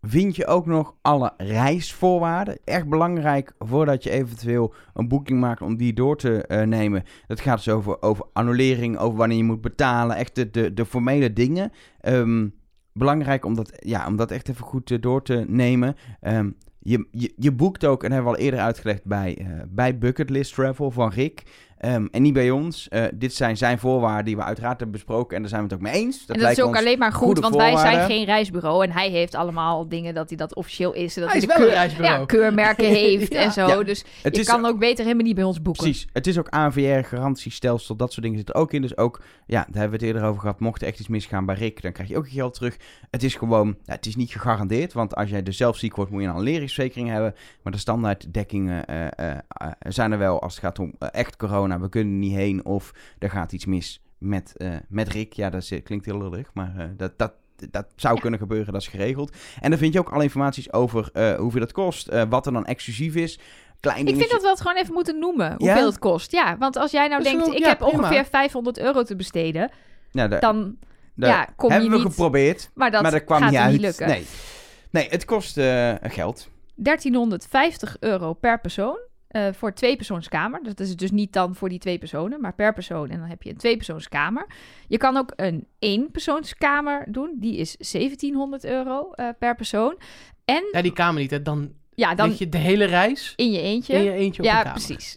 S1: vind je ook nog alle reisvoorwaarden. Echt belangrijk voordat je eventueel een boeking maakt om die door te eh, nemen. Dat gaat dus over, over annulering, over wanneer je moet betalen. Echt de, de, de formele dingen. Ehm, belangrijk om dat, ja, om dat echt even goed eh, door te nemen. Ehm, je, je, je boekt ook, en dat hebben we al eerder uitgelegd, bij, eh bij Bucketlist Travel van Rick. Ehm, en niet bij ons. Eh, dit zijn zijn voorwaarden die we uiteraard hebben besproken. En daar zijn we het ook mee eens.
S2: en dat is
S1: lijken
S2: ook
S1: ons-
S2: alleen maar goed,
S1: goede
S2: want wij zijn
S1: voorwaarden.
S2: geen reisbureau. En hij heeft allemaal dingen dat hij dat officieel is. en Dat
S3: Hij is
S2: de
S3: wel een
S2: keur-
S3: reisbureau.
S2: ja, keurmerken heeft
S3: Ja.
S2: en zo.
S1: Ja.
S2: Dus
S1: Het
S2: je
S1: is
S2: kan ook beter helemaal niet bij ons boeken.
S1: Precies. Het is ook ANVR, garantiestelsel, dat soort dingen zitten er ook in. Dus ook, ja, daar hebben we het eerder over gehad. Mocht er echt iets misgaan bij Rick, dan krijg je ook je geld terug. Het is gewoon, ja, het is niet gegarandeerd. Want als jij dus zelf ziek wordt, moet je een annuleringsverzekering hebben. Maar de standaarddekkingen eh, eh, eh, zijn er wel als het gaat om eh, echt corona. We kunnen er niet heen of er gaat iets mis met, eh, met Rick. Ja, dat is- klinkt heel lullig, maar eh, dat... dat dat zou
S2: Ja.
S1: kunnen gebeuren, dat is geregeld. En dan vind je ook alle informaties over eh, hoeveel dat kost, eh, wat er dan exclusief is. Klein
S2: Ik
S1: dingetje-
S2: vind dat we het gewoon even moeten noemen, hoeveel het kost. Ja, want als jij nou
S3: Dat is
S2: denkt,
S3: wel-
S2: ik
S3: ja,
S2: heb
S3: prima.
S2: ongeveer 500 euro te besteden,
S1: Nou, daar-
S2: dan...
S1: daar-
S2: ja, kom
S1: hebben
S2: je
S1: we
S2: niet-
S1: geprobeerd,
S2: Maar dat,
S1: maar dat kwam
S2: gaat
S1: niet
S2: hem
S1: uit.
S2: niet lukken.
S1: Nee. nee, het kost eh, geld.
S2: 1350 euro per persoon eh, voor twee persoonskamer. Dat is dus niet dan voor die twee personen, maar per persoon. En dan heb je een twee persoonskamer. Je kan ook een één persoonskamer doen. Die is 1700 euro eh, per persoon. En
S3: Ja, die kamer niet. Hè. Dan,
S2: ja,
S3: dan
S2: dan
S3: leg je de hele reis
S2: in je eentje.
S3: in je eentje op
S2: ja,
S3: een kamer.
S2: precies.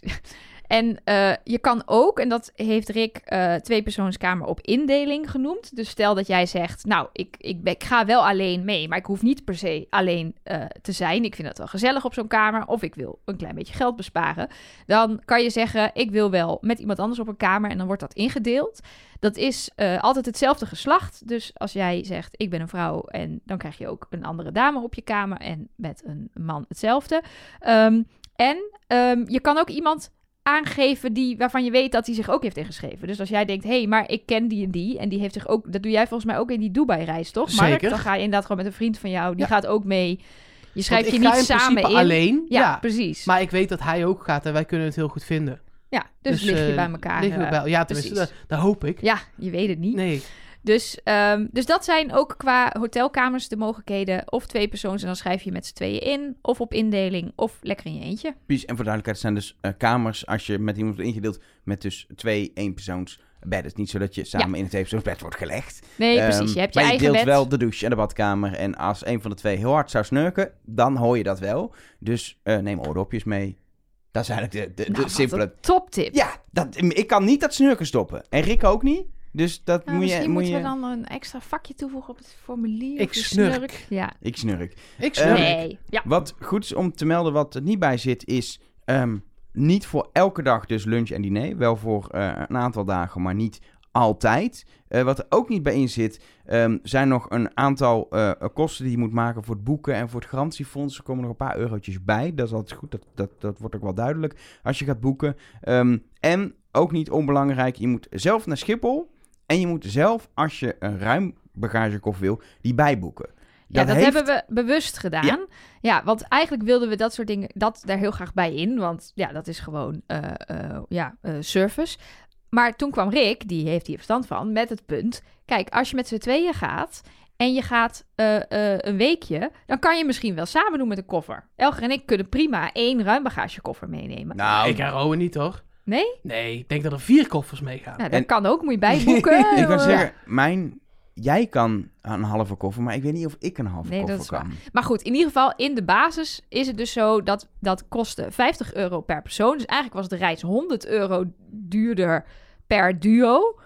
S2: En eh, je kan ook, en dat heeft Rick eh twee persoonskamer op indeling genoemd. Dus stel dat jij zegt, nou, ik, ik, ben- ik ga wel alleen mee, maar ik hoef niet per se alleen eh, te zijn. Ik vind het wel gezellig op zo'n kamer. Of ik wil een klein beetje geld besparen. Dan kan je zeggen, ik wil wel met iemand anders op een kamer. En dan wordt dat ingedeeld. Dat is eh, altijd hetzelfde geslacht. Dus als jij zegt, ik ben een vrouw. En dan krijg je ook een andere dame op je kamer. En met een man hetzelfde. Ehm, en Ehm, je kan ook iemand aangeven die, waarvan je weet dat hij zich ook heeft ingeschreven. Dus als jij denkt, hé, hey, maar ik ken die en die... en die heeft zich ook... dat doe jij volgens mij ook in die Dubai-reis, toch? Mark?
S3: Zeker.
S2: Dan ga je inderdaad gewoon met een vriend van jou... die
S3: Ja.
S2: gaat ook mee. Je
S3: Want
S2: schrijft je
S3: ik ga
S2: niet
S3: in
S2: samen
S3: principe
S2: in.
S3: alleen.
S2: Ja,
S3: Ja,
S2: precies.
S3: Maar ik weet dat hij ook gaat en wij kunnen het heel goed vinden.
S2: ja, dus, lig je
S3: eh,
S2: bij elkaar.
S3: liggen we
S2: eh,
S3: bij- ja, tenminste,
S2: precies.
S3: dat, dat hoop ik.
S2: Ja, je weet het niet.
S3: Nee,
S2: Dus, ehm, dus dat zijn ook qua hotelkamers de mogelijkheden. Of twee persoons en dan schrijf je met z'n tweeën in. Of op indeling, of lekker in je eentje.
S1: Precies, en voor duidelijkheid zijn dus eh, kamers, als je met iemand wordt ingedeeld, met dus twee eenpersoons bedden. Het is niet zo dat je samen in het eenpersoonsbed wordt gelegd.
S2: Nee,
S1: Ehm,
S2: precies. Je hebt je
S1: maar
S2: eigen
S1: je
S2: bed.
S1: deelt wel de douche en de badkamer. En als een van de twee heel hard zou snurken, dan hoor je dat wel. Dus eh, neem oordopjes mee. Dat is eigenlijk de, de,
S2: Nou,
S1: de
S2: wat een
S1: simpele...
S2: Toptip.
S1: Ja, dat, ik kan niet dat snurken stoppen. En Rick ook niet. Dus dat
S2: Nou,
S1: moet je...
S2: misschien
S1: moet
S2: moeten
S1: je-
S2: we dan een extra vakje toevoegen op het formulier.
S3: Ik
S2: of je
S3: snurk.
S2: Ja.
S1: Ik snurk.
S3: ik
S1: Eh,
S3: snap het.
S2: Nee. Ja.
S1: Wat goed is om te melden, wat er niet bij zit, is ehm, niet voor elke dag dus lunch en diner. Wel voor eh, een aantal dagen, maar niet altijd. Eh, wat er ook niet bij in zit, ehm, zijn nog een aantal eh, kosten die je moet maken voor het boeken en voor het garantiefonds. Er komen nog een paar eurotjes bij. Dat is altijd goed, dat, dat, dat wordt ook wel duidelijk als je gaat boeken. Ehm, en ook niet onbelangrijk, je moet zelf naar Schiphol en je moet zelf, als je een ruim bagagekof wil, die bijboeken.
S2: Ja, dat,
S1: heeft-
S2: hebben we bewust gedaan. Ja. want eigenlijk wilden we dat soort dingen dat daar heel graag bij in. Want ja, dat is gewoon eh, eh, ja, eh, service. Maar toen kwam Rick, die heeft hier verstand van, met het punt. Kijk, als je met z'n tweeën gaat en je gaat eh, eh, een weekje, dan kan je misschien wel samen doen met een koffer. Elger en ik kunnen prima één ruim bagagekoffer meenemen. Nou,
S1: Nou,
S3: Ik en Rowan niet, hoor.
S2: Nee?
S3: Nee, ik denk dat er vier koffers meegaan.
S2: Nou, dat
S1: en-
S2: kan ook, moet je bijboeken. eh.
S1: Ik kan
S2: Ja.
S1: zeggen, mijn jij kan een halve koffer, maar ik weet niet of ik een halve
S2: Nee, dat
S1: koffer
S2: is waar.
S1: kan.
S2: Maar goed, in ieder geval, in de basis is het dus zo dat dat kostte 50 euro per persoon. Dus eigenlijk was de reis 100 euro duurder per duo.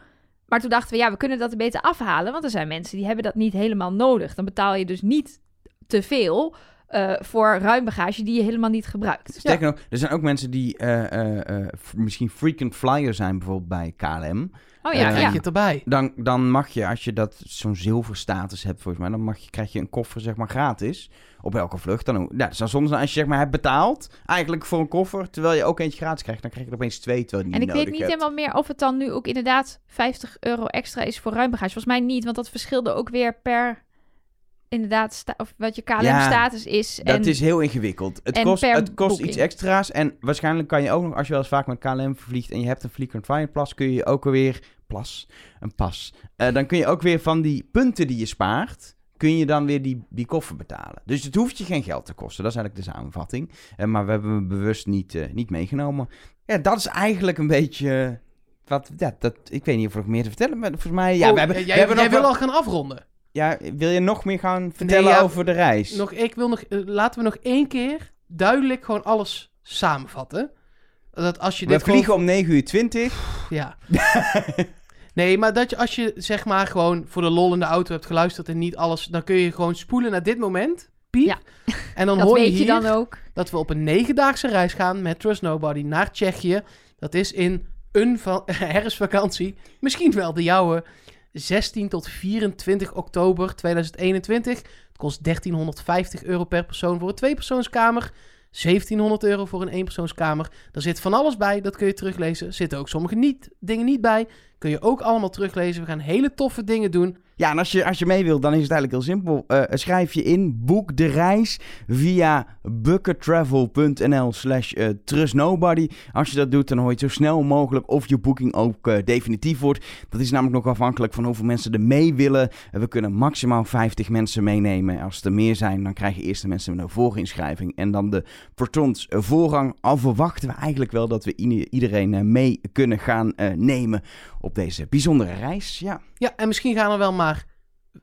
S2: Maar toen dachten we, ja, we kunnen dat er beter afhalen. Want er zijn mensen die hebben dat niet helemaal nodig. Dan betaal je dus niet te veel eh, voor ruim bagage die je helemaal niet gebruikt.
S1: Sterker nog, er zijn ook mensen die eh, eh, eh, f- misschien frequent flyer zijn, bijvoorbeeld bij KLM.
S2: Oh
S1: Ja,
S2: ja,
S3: dan krijg
S2: ja.
S3: je het erbij.
S1: Dan, dan mag je, als je dat zo'n zilverstatus hebt, volgens mij, dan mag je, krijg je een koffer zeg maar gratis op elke vlucht. Dan, ja, dat zou zonde zijn als je zeg maar hebt betaald eigenlijk voor een koffer, terwijl je ook eentje gratis krijgt, dan krijg je er opeens twee, terwijl je die
S2: En ik
S1: niet
S2: weet niet
S1: nodig hebt.
S2: helemaal meer of het dan nu ook inderdaad 50 euro extra is voor ruim bagage. Volgens mij niet, want dat verschilde ook weer per inderdaad sta- of wat je
S1: Ja,
S2: KLM-status is.
S1: Dat is heel ingewikkeld. Het
S2: en
S1: kost,
S2: per
S1: het kost
S2: boeking.
S1: iets extra's. En waarschijnlijk kan je ook nog, als je wel eens vaak met KLM vliegt en je hebt een frequent flyer plas, kun je ook alweer. Plas, een pas. Eh, dan kun je ook weer van die punten die je spaart, kun je dan weer die, die koffer betalen. Dus het hoeft je geen geld te kosten. Dat is eigenlijk de samenvatting. Eh, maar we hebben hem bewust niet, eh, niet meegenomen. Ja, dat is eigenlijk een beetje. eh, Wat, ja, dat, ik weet niet of er nog meer te vertellen, maar volgens mij. Ja,
S3: Oh,
S1: we hebben,
S3: jij,
S1: we hebben
S3: jij
S1: nog
S3: wil
S1: wel-
S3: al gaan afronden.
S1: ja, wil je nog meer gaan vertellen
S3: ja,
S1: over de reis?
S3: Nog, ik wil nog, eh, laten we nog één keer duidelijk gewoon alles samenvatten. Dat als je
S1: we
S3: dit gewoon-
S1: vliegen om 9 uur 20.
S3: Ja. nee, maar dat je als je zeg maar gewoon voor de lol in de auto hebt geluisterd en niet alles, dan kun je gewoon spoelen naar dit moment. Piep.
S2: Ja.
S3: En dan
S2: dat
S3: hoor
S2: weet
S3: je
S2: je,
S3: hier
S2: dan ook.
S3: dat we op een negendaagse reis gaan met Trust Nobody naar Tsjechië. Dat is in een va- herfstvakantie, misschien wel de jouwe, 16 tot 24 oktober 2021. Het kost 1350 euro per persoon voor een tweepersoonskamer. 1700 euro voor een eenpersoonskamer. Daar zit van alles bij, dat kun je teruglezen. Er zitten ook sommige niet, dingen niet bij. Kun je ook allemaal teruglezen. We gaan hele toffe dingen doen.
S1: Ja, en als je, als je mee wilt, dan is het eigenlijk heel simpel. Eh, schrijf je in, boek de reis via buckettravel.nl slash eh, trustnobody. Als je dat doet, dan hoor je het zo snel mogelijk of je boeking ook eh, definitief wordt. Dat is namelijk nog afhankelijk van hoeveel mensen er mee willen. Eh, we kunnen maximaal 50 mensen meenemen. Als er meer zijn, dan krijgen eerst de mensen een voorinschrijving. En dan de patrons voorrang. Al verwachten we eigenlijk wel dat we ieder- iedereen eh, mee kunnen gaan eh, nemen op deze bijzondere reis. Ja.
S3: Ja, en misschien gaan er wel maar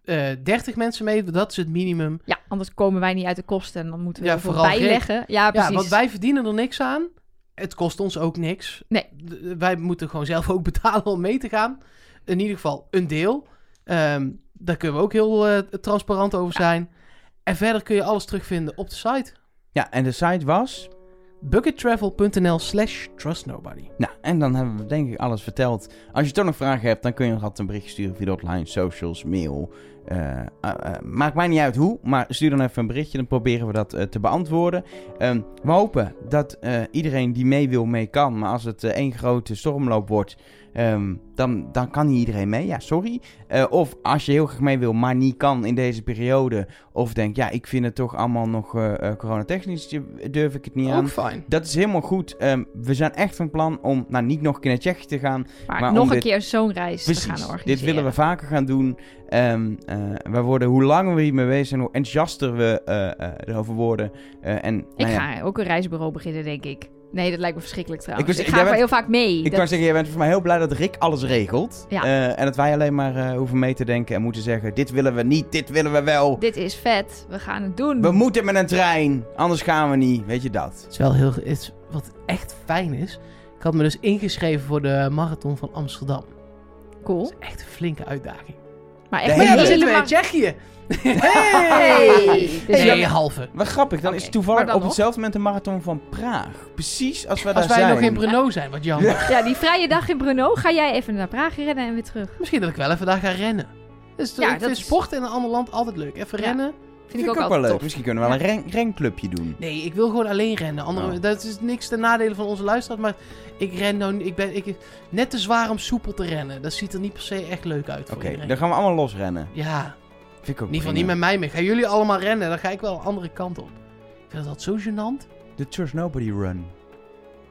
S3: eh 30 mensen mee. Dat is het minimum.
S2: Ja, anders komen wij niet uit de kosten en dan moeten we
S3: Ja,
S2: ja, ervoor
S3: vooral
S2: bijleggen. Ja, precies.
S3: Ja, want wij verdienen er niks aan. Het kost ons ook niks.
S2: Nee.
S3: D- Wij moeten gewoon zelf ook betalen om mee te gaan. In ieder geval een deel. Ehm, daar kunnen we ook heel eh, transparant over zijn. En verder kun je alles terugvinden op de site.
S1: Ja, en de site was.
S3: buckettravel.nl slash trustnobody.
S1: Nou, en dan hebben we denk ik alles verteld. Als je toch nog vragen hebt, dan kun je nog altijd een berichtje sturen via de hotline, socials, mail. Eh, eh, eh, maakt mij niet uit hoe, maar stuur dan even een berichtje. Dan proberen we dat eh, te beantwoorden. Ehm, we hopen dat eh, iedereen die mee wil, mee kan. Maar als het eh, één grote stormloop wordt, ehm, dan, dan kan niet iedereen mee. Ja, sorry. Eh, of als je heel graag mee wil, maar niet kan in deze periode. Of denk, ja, ik vind het toch allemaal nog eh, eh, coronatechnisch, eh, durf ik het niet aan.
S3: Ook fijn.
S1: Dat is helemaal goed. Ehm, we zijn echt van plan om nou, niet nog een keer naar Tsjechië te gaan.
S2: maar,
S1: maar om
S2: nog een
S1: dit-
S2: keer zo'n reis te gaan
S1: Precies.
S2: organiseren.
S1: Dit willen we vaker gaan doen. Ehm eh, we worden, hoe langer we hiermee bezig zijn, hoe enthousiaster we eh, eh, erover worden. Eh, en,
S2: Ik
S1: nou ja,
S2: ga ook een reisbureau beginnen, denk ik. Nee, dat lijkt me verschrikkelijk trouwens.
S1: Ik
S2: Ik,
S1: was-
S2: ga
S1: jij
S2: er
S1: bent-
S2: heel vaak mee.
S1: Ik
S2: Dat-
S1: kan zeggen, jij bent voor mij heel blij dat Rick alles regelt.
S2: Ja.
S1: Eh, en dat wij alleen maar eh, hoeven mee te denken en moeten zeggen: dit willen we niet, dit willen we wel.
S2: Dit is vet. We gaan het doen.
S1: We moeten met een trein, anders gaan we niet. Weet je dat?
S3: Het is wel heel... het is- wat echt fijn is... Ik had me dus ingeschreven voor de marathon van Amsterdam.
S2: Cool.
S3: Dat is echt een flinke uitdaging.
S2: Maar
S1: De
S2: echt
S1: hele-
S2: een
S3: Maar ja, dan zitten we
S2: helemaal...
S3: in Tsjechië.
S2: Hey! Dus
S1: Hey,
S2: dat-
S3: Nee, halve.
S1: Wat grappig, dan
S2: Oké,
S1: is het toevallig
S2: maar
S1: op
S2: dan nog?
S1: hetzelfde moment de marathon van Praag. Precies als wij
S3: Als
S1: daar
S3: wij
S1: zijn.
S3: nog in Brno zijn, wat jammer.
S2: Ja, die vrije dag in Brno. Ga jij even naar Praag rennen en weer terug.
S3: Misschien dat ik wel even daar ga rennen. Dus
S2: Ja,
S3: ik
S2: dat
S3: vind
S2: is-
S3: sport in een ander land altijd leuk. Even
S2: Ja.
S3: rennen.
S2: Vind, ik ook, altijd
S1: wel leuk.
S2: tof.
S1: Misschien kunnen we wel een ren- renclubje doen.
S3: Nee, ik wil gewoon alleen rennen. Andere,
S1: Oh.
S3: Dat is niks ten nadele van onze luisteraars. Maar ik ren nou... Ik ben ik, net te zwaar om soepel te rennen. Dat ziet er niet per se echt leuk uit voor
S1: Oké,
S3: iedereen.
S1: dan gaan we allemaal losrennen.
S3: Ja,
S1: Vind ik ook
S3: in ieder geval
S1: prima.
S3: niet met mij mee. Gaan jullie allemaal rennen, dan ga ik wel een andere kant op. Ik vind dat zo gênant.
S1: De Trust Nobody Run.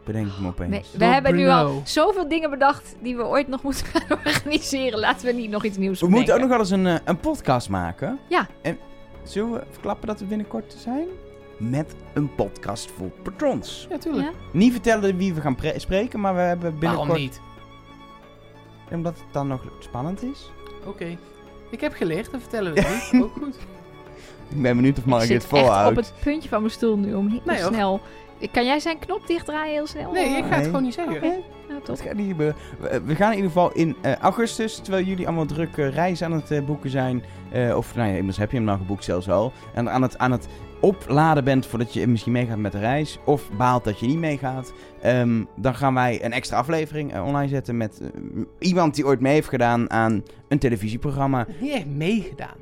S1: Bedenk ik me opeens.
S2: Nee, Oh, we
S3: Door
S2: hebben nu al
S3: Brno.
S2: zoveel dingen bedacht die we ooit nog moeten gaan organiseren. Laten we niet nog iets nieuws
S1: We moeten ook
S2: bedenken.
S1: nog wel eens een, eh, een podcast maken.
S2: Ja.
S1: En zullen we verklappen dat we binnenkort zijn? Met een podcast voor patrons.
S3: Ja, tuurlijk.
S2: Ja.
S1: Niet vertellen wie we gaan pre- spreken, maar we hebben binnenkort...
S3: Waarom niet?
S1: Omdat het dan nog spannend is.
S3: Oké. Ik heb geleerd, dat vertellen we dan. Ook goed.
S1: Ik ben benieuwd of Mark
S2: ik
S1: dit
S2: zit echt op
S1: volhoudt.
S2: het puntje van mijn stoel nu om heel
S3: Nee, hoor.
S2: snel... Kan jij zijn knop dichtdraaien heel snel?
S3: Nee, ik ga het
S1: Nee.
S3: gewoon niet zeggen.
S2: Oké. Nou,
S1: Dat
S2: top.
S1: gaat niet gebeuren. We- eh, We gaan in ieder geval in eh, augustus, terwijl jullie allemaal druk eh, reizen aan het eh, boeken zijn. eh, of nou ja, immers heb je hem nou geboekt zelfs al. En aan het, aan het opladen bent voordat je misschien meegaat met de reis. Of baalt dat je niet meegaat. ehm, dan gaan wij een extra aflevering eh, online zetten met eh, iemand die ooit mee heeft gedaan aan een televisieprogramma.
S3: Niet echt meegedaan.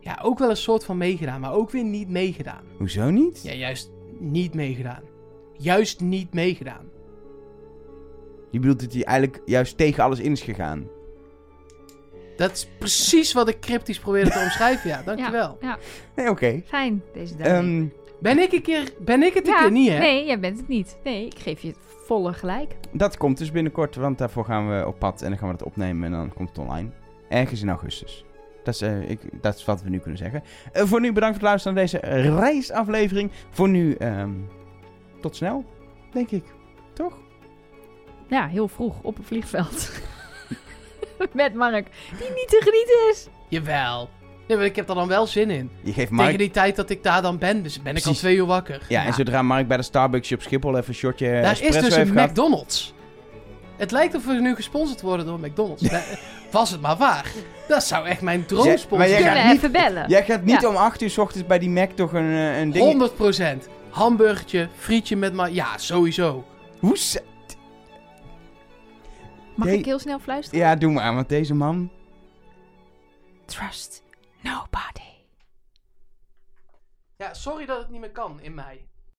S3: Ja, ook wel een soort van meegedaan, maar ook weer niet meegedaan.
S1: Hoezo niet?
S3: Ja, juist niet meegedaan. Juist niet meegedaan.
S1: Je bedoelt dat hij eigenlijk juist tegen alles in is gegaan.
S3: Dat is precies wat ik cryptisch probeerde te omschrijven. Ja, dankjewel.
S2: Ja,
S1: Nee, oké.
S2: fijn deze dag.
S1: Ehm,
S3: Ben ik een keer... Ben ik het een keer niet, hè?
S2: Nee, jij bent het niet. Nee, ik geef je het volle gelijk.
S1: dat komt dus binnenkort, want daarvoor gaan we op pad en dan gaan we dat opnemen en dan komt het online. Ergens in augustus. Dat is, eh, ik, dat is wat we nu kunnen zeggen. Eh, voor nu bedankt voor het luisteren naar deze reisaflevering. Voor nu, ehm, tot snel, denk ik. Toch?
S2: Ja, heel vroeg op een vliegveld. Met Mark, die niet te genieten is.
S3: Jawel. Nee, maar ik heb er dan wel zin in.
S1: Je geeft
S3: Tegen
S1: Mark...
S3: die tijd dat ik daar dan ben, dus ben ik al
S1: Precies.
S3: twee uur wakker.
S1: Ja, en zodra Mark bij de Starbucks op Schiphol even een shotje eh,
S3: daar is
S1: espresso
S3: dus
S1: heeft
S3: een
S1: gehad...
S3: McDonald's. Het lijkt of we nu gesponsord worden door McDonald's. Da- Was het maar waar. Dat zou echt mijn droomsponsor
S1: maar jij
S2: Kunnen
S1: gaat
S2: we
S3: zijn.
S1: niet-
S2: even bellen?
S1: Jij gaat niet
S2: Ja.
S1: om 8 uur s ochtends bij die Mac toch een, eh, een ding...
S3: 100 Hamburgertje, frietje met ma... Ja, sowieso.
S1: Hoe ze-
S2: Mag
S1: Nee.
S2: ik heel snel fluisteren?
S1: Ja, doe maar, want deze man...
S2: Trust nobody.
S3: Ja, sorry dat het niet meer kan in mei.